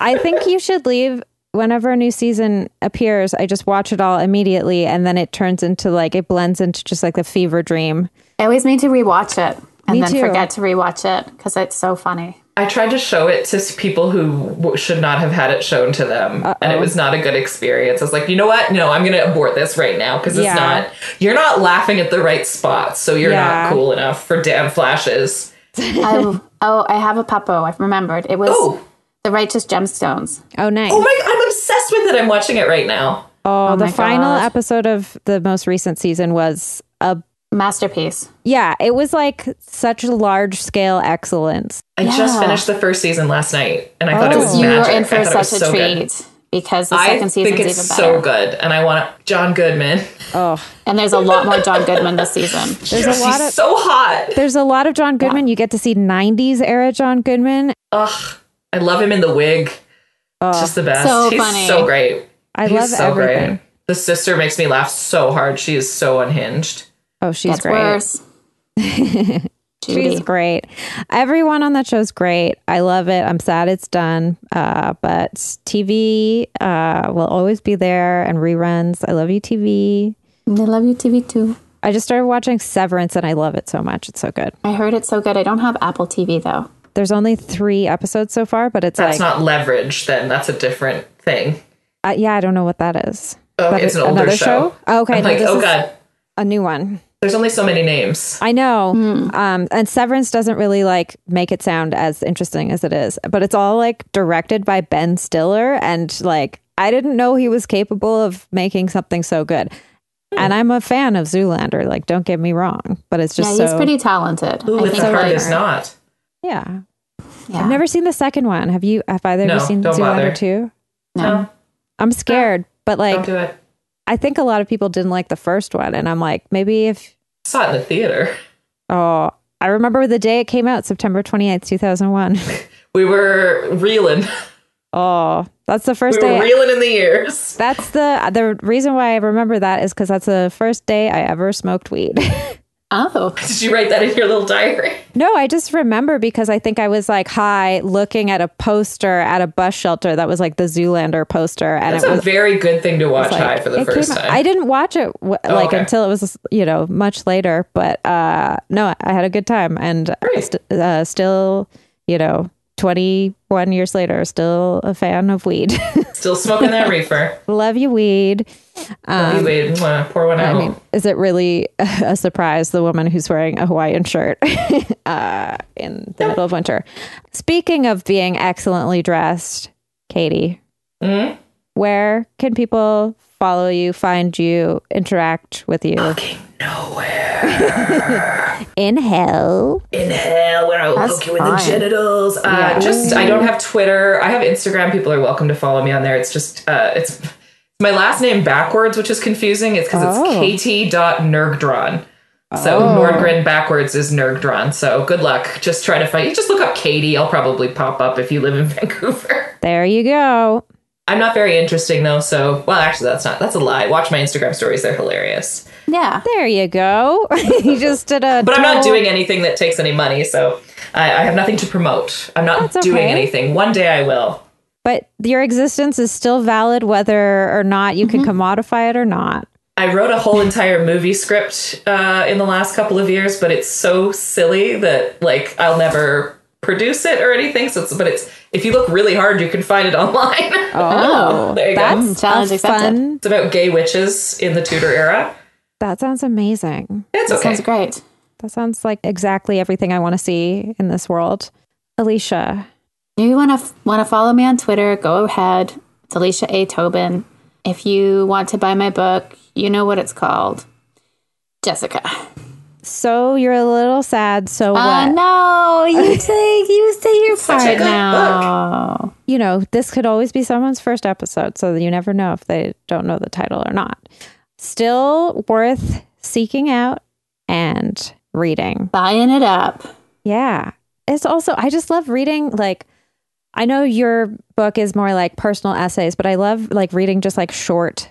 Speaker 2: I think you should leave whenever a new season appears. I just watch it all immediately and then it turns into like it blends into just like the fever dream.
Speaker 1: I always need to rewatch it and
Speaker 2: Me
Speaker 1: then
Speaker 2: too.
Speaker 1: forget to rewatch it because it's so funny.
Speaker 3: I tried to show it to s- people who w- should not have had it shown to them, and it was not a good experience. I was like, you know what? No, I'm going to abort this right now because
Speaker 2: Yeah.
Speaker 3: it's not. You're not laughing at the right spots, so you're
Speaker 2: Yeah.
Speaker 3: not cool enough for damn flashes.
Speaker 1: I, oh, I have a puppo. I've remembered. It was
Speaker 3: Oh,
Speaker 1: The Righteous Gemstones.
Speaker 2: Oh nice.
Speaker 3: oh
Speaker 2: Oh,
Speaker 3: my! I'm obsessed with it. I'm watching it right now.
Speaker 2: the
Speaker 1: my
Speaker 2: final
Speaker 1: God.
Speaker 2: episode of the most recent season was a
Speaker 1: Masterpiece.
Speaker 2: yeah, it was like such large scale excellence.
Speaker 3: I just
Speaker 1: Yeah.
Speaker 3: finished the first season last night, and I thought it
Speaker 2: Oh.
Speaker 3: was
Speaker 1: you
Speaker 3: magic.
Speaker 1: are in
Speaker 3: I
Speaker 1: for
Speaker 3: thought it was
Speaker 1: such a
Speaker 3: so good.
Speaker 1: treat because the
Speaker 3: I
Speaker 1: second season's
Speaker 3: think it's
Speaker 1: even better.
Speaker 3: so good, and I want John Goodman.
Speaker 2: Oh,
Speaker 1: And there's a lot more John Goodman this season.
Speaker 2: there's a lot
Speaker 3: He's
Speaker 2: of
Speaker 3: so hot.
Speaker 2: there's a lot of John Goodman. You get to see 90s era John Goodman.
Speaker 3: Ugh, I love him in the wig. It's just the best.
Speaker 1: So
Speaker 3: He's
Speaker 1: funny.
Speaker 3: so great.
Speaker 2: I
Speaker 3: He's
Speaker 2: love
Speaker 3: so
Speaker 2: everything.
Speaker 3: great. The sister makes me laugh so hard. She is so unhinged.
Speaker 2: Oh, she's
Speaker 1: It's
Speaker 2: great.
Speaker 1: worse. Judy.
Speaker 2: She's great. Everyone on that show's great. I love it. I'm sad it's done. Uh, but TV uh, will always be there and reruns. I love you, TV.
Speaker 1: I love you, TV, too.
Speaker 2: I just started watching Severance and I love it so much. It's so good.
Speaker 1: I heard it's so good. I don't have Apple TV, though.
Speaker 2: There's only three episodes so far, but it's
Speaker 3: That's
Speaker 2: like,
Speaker 3: not leverage, then. That's a different thing.
Speaker 2: uh, yeah, I don't know what that is.
Speaker 3: Oh,
Speaker 2: But
Speaker 3: it's an older
Speaker 2: another
Speaker 3: show.
Speaker 2: show? Oh, okay.
Speaker 3: I'm
Speaker 2: No,
Speaker 3: like,
Speaker 2: this
Speaker 3: oh,
Speaker 2: is-
Speaker 3: God.
Speaker 2: A new one.
Speaker 3: There's only so many names.
Speaker 2: I know.
Speaker 1: Hmm.
Speaker 2: Um, and Severance doesn't really like make it sound as interesting as it is, but it's all like directed by Ben Stiller. And like, I didn't know he was capable of making something so good.
Speaker 1: Hmm.
Speaker 2: And I'm a fan of Zoolander. Like, don't get me wrong, but it's just
Speaker 1: yeah,
Speaker 2: so.
Speaker 1: he's pretty talented.
Speaker 3: Ooh,
Speaker 1: I
Speaker 3: it's
Speaker 1: think
Speaker 3: hard
Speaker 1: like,
Speaker 3: as not.
Speaker 2: yeah.
Speaker 1: yeah.
Speaker 2: I've never seen the second one. Have you? Have either
Speaker 3: No,
Speaker 2: of you seen
Speaker 3: don't bother.
Speaker 2: Zoolander too?
Speaker 3: No,
Speaker 2: I'm scared, but
Speaker 3: don't
Speaker 2: like,
Speaker 3: do it.
Speaker 2: I think a lot of people didn't like the first one, and I'm like, maybe if
Speaker 3: I saw it in the theater.
Speaker 2: oh. I remember the day it came out, September 28th, 2001.
Speaker 3: We were reeling.
Speaker 2: Oh, that's the first
Speaker 3: We
Speaker 2: day.
Speaker 3: were reeling in the ears.
Speaker 2: that's the the reason why I remember that is because that's the first day I ever smoked weed.
Speaker 1: Oh,
Speaker 3: Did you write that in your little diary?
Speaker 2: no, I just remember because I think I was like high, looking at a poster at a bus shelter that was like the Zoolander poster, and
Speaker 3: That's
Speaker 2: it was
Speaker 3: a very good thing to watch high for the
Speaker 2: it came
Speaker 3: first
Speaker 2: out-
Speaker 3: time. Oh,
Speaker 2: I didn't watch it w- like
Speaker 3: okay.
Speaker 2: until it was you know much later, but uh, no, I had a good time and
Speaker 3: Great.
Speaker 2: st- uh, still you know twenty one years later, still a fan of weed.
Speaker 3: Still smoking that reefer.
Speaker 2: Love you, weed.
Speaker 3: you wait, mwah, pour one
Speaker 2: Um, I
Speaker 3: out.
Speaker 2: mean, is it really a surprise the woman who's wearing a Hawaiian shirt uh, in the middle of winter? Speaking of being excellently dressed, Katie,
Speaker 3: Mhm.
Speaker 2: where can people follow you, find you, interact with you?
Speaker 3: Fucking nowhere.
Speaker 2: In hell.
Speaker 3: Inhale when I will poke you in the
Speaker 1: fine.
Speaker 3: genitals. Uh,
Speaker 2: Yeah.
Speaker 3: Just I don't have Twitter. I have Instagram. People are welcome to follow me on there. It's just uh, it's my last name backwards, which is confusing. It's because
Speaker 2: Oh.
Speaker 3: it's kt.nergdron. So Nordgren backwards is Nergdron. So good luck. Just try to find. You just look up Katie. I'll probably pop up if you live in Vancouver.
Speaker 2: There you go.
Speaker 3: I'm not very interesting though. So well, actually, that's not. That's a lie. Watch my Instagram stories. They're hilarious.
Speaker 1: yeah.
Speaker 2: There you go. you just did a.
Speaker 3: But I'm not
Speaker 2: total-
Speaker 3: doing anything that takes any money, so I, I have nothing to promote. I'm not
Speaker 2: That's
Speaker 3: doing
Speaker 2: okay.
Speaker 3: anything. One day I will.
Speaker 2: But your existence is still valid whether or not you
Speaker 3: Mm-hmm.
Speaker 2: can commodify it or not.
Speaker 3: I wrote a whole entire movie script uh, in the last couple of years, but it's so silly that like I'll never produce it or anything. So, it's, but it's if you look really hard, you can find it online.
Speaker 2: Oh,
Speaker 3: There you go.
Speaker 2: that's
Speaker 1: Challenge
Speaker 2: a
Speaker 1: Mm, accepted.
Speaker 2: fun.
Speaker 3: it's about gay witches in the Tudor era.
Speaker 2: That sounds amazing.
Speaker 3: It's
Speaker 1: That
Speaker 3: okay.
Speaker 1: sounds great.
Speaker 2: That sounds like exactly everything I want to see in this world. Alicia,
Speaker 1: If you want to want to follow me on Twitter, go ahead. It's Alicia A. Tobin. If you want to buy my book, you know what it's called. Jessica.
Speaker 2: so you're a little sad. So what?
Speaker 1: Uh, no, you take you say your
Speaker 3: Such a
Speaker 1: part
Speaker 3: good
Speaker 1: now.
Speaker 2: You know, this could always be someone's first episode, so you never know if they don't know the title or not. Still worth seeking out and reading.
Speaker 1: Buying it up.
Speaker 2: Yeah. It's also, I just love reading, like, I know your book is more like personal essays, but I love like reading just like short,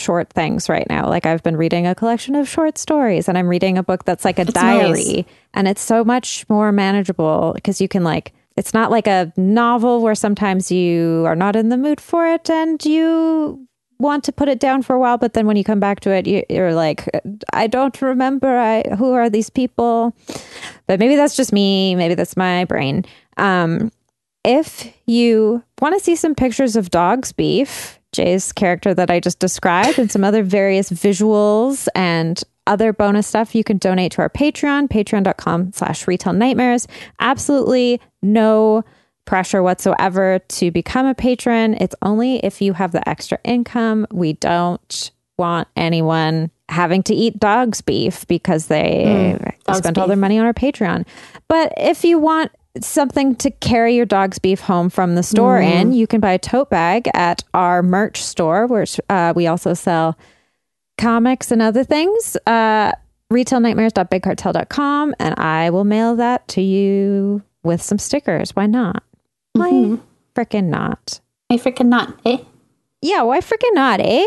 Speaker 2: short things right now. Like I've been reading a collection of short stories and I'm reading a book that's like a diary
Speaker 1: nice.
Speaker 2: and it's so much more manageable because you can like, it's not like a novel where sometimes you are not in the mood for it and you want to put it down for a while, but then when you come back to it, you, you're like, I don't remember. I who are these people? But maybe that's just me. Maybe that's my brain. Um, if you want to see some pictures of dog's beef, Jay's character that I just described, and some other various visuals and other bonus stuff, you can donate to our Patreon, patreon.com slash retail nightmares. Absolutely no pressure whatsoever to become a patron. It's only if you have the extra income. We don't want anyone having to eat dog's beef because they
Speaker 1: Mm, dog's
Speaker 2: spent all
Speaker 1: beef.
Speaker 2: their money on our Patreon. But if you want something to carry your dog's beef home from the store
Speaker 1: Mm.
Speaker 2: in, you can buy a tote bag at our merch store, where uh, we also sell comics and other things. Uh, retailnightmares.bigcartel.com and I will mail that to you with some stickers. Why not? Why
Speaker 1: Mm-hmm.
Speaker 2: frickin' not?
Speaker 1: I freaking not. Eh?
Speaker 2: Yeah, why frickin' not, eh?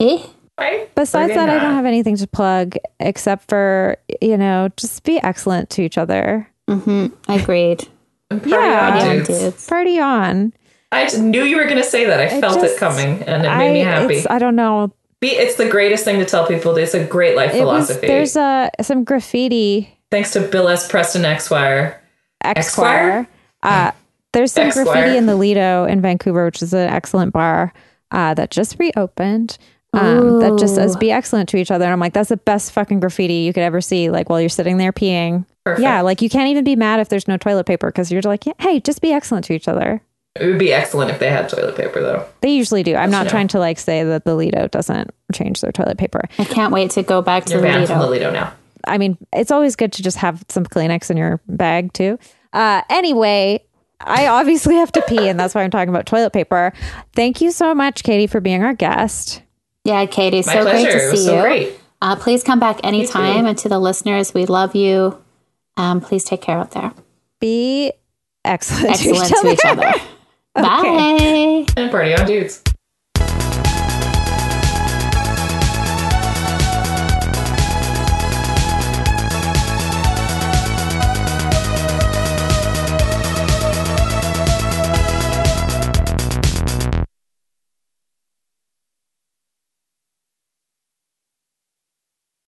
Speaker 1: Eh?
Speaker 3: Right?
Speaker 2: Besides
Speaker 3: Friggin'
Speaker 2: that, I
Speaker 3: not.
Speaker 2: don't have anything to plug except for, you know, just be excellent to each other.
Speaker 1: Mm-hmm. Agreed.
Speaker 3: Party
Speaker 2: Yeah.
Speaker 3: on,
Speaker 1: Yeah,
Speaker 3: dudes.
Speaker 1: dudes.
Speaker 2: Party on.
Speaker 3: I just knew you were going to say that. I felt
Speaker 2: just-
Speaker 3: it coming, and it
Speaker 2: I,
Speaker 3: made me happy.
Speaker 2: It's, uh, I don't know.
Speaker 3: Be, it's the greatest thing to tell people. It's a great life
Speaker 2: It was,
Speaker 3: philosophy.
Speaker 2: there's uh, some graffiti
Speaker 3: Thanks to Bill S. Preston Esquire.
Speaker 2: Esquire. Uh, there's some
Speaker 3: Esquire.
Speaker 2: graffiti in the Lido in Vancouver, which is an excellent bar uh, that just reopened. Um, that just says be excellent to each other. And I'm like, that's the best fucking graffiti you could ever see. Like while you're sitting there peeing.
Speaker 3: Perfect.
Speaker 2: Yeah, like you can't even be mad if there's no toilet paper because you're like, yeah, hey, just be excellent to each other.
Speaker 3: It would be excellent if they had toilet paper, though.
Speaker 2: They usually do. I'm not trying to like say that the Lido doesn't change their toilet paper.
Speaker 1: I can't wait to go back to
Speaker 3: You're
Speaker 1: the
Speaker 3: banned from
Speaker 1: Lido.
Speaker 3: Lolito now.
Speaker 2: I mean, it's always good to just have some Kleenex in your bag too. Uh, anyway, I obviously have to pee, and that's why I'm talking about toilet paper. Thank you so much, Katie, for being our guest.
Speaker 1: Yeah, Katie, so
Speaker 3: My pleasure.
Speaker 1: great to see
Speaker 3: it was
Speaker 1: you.
Speaker 3: so great.
Speaker 1: Uh, please come back anytime. And to the listeners, we love you. Um, please take care out there.
Speaker 2: Be excellent. to each
Speaker 1: Excellent to each other. Bye. Bye.
Speaker 3: And party on dudes.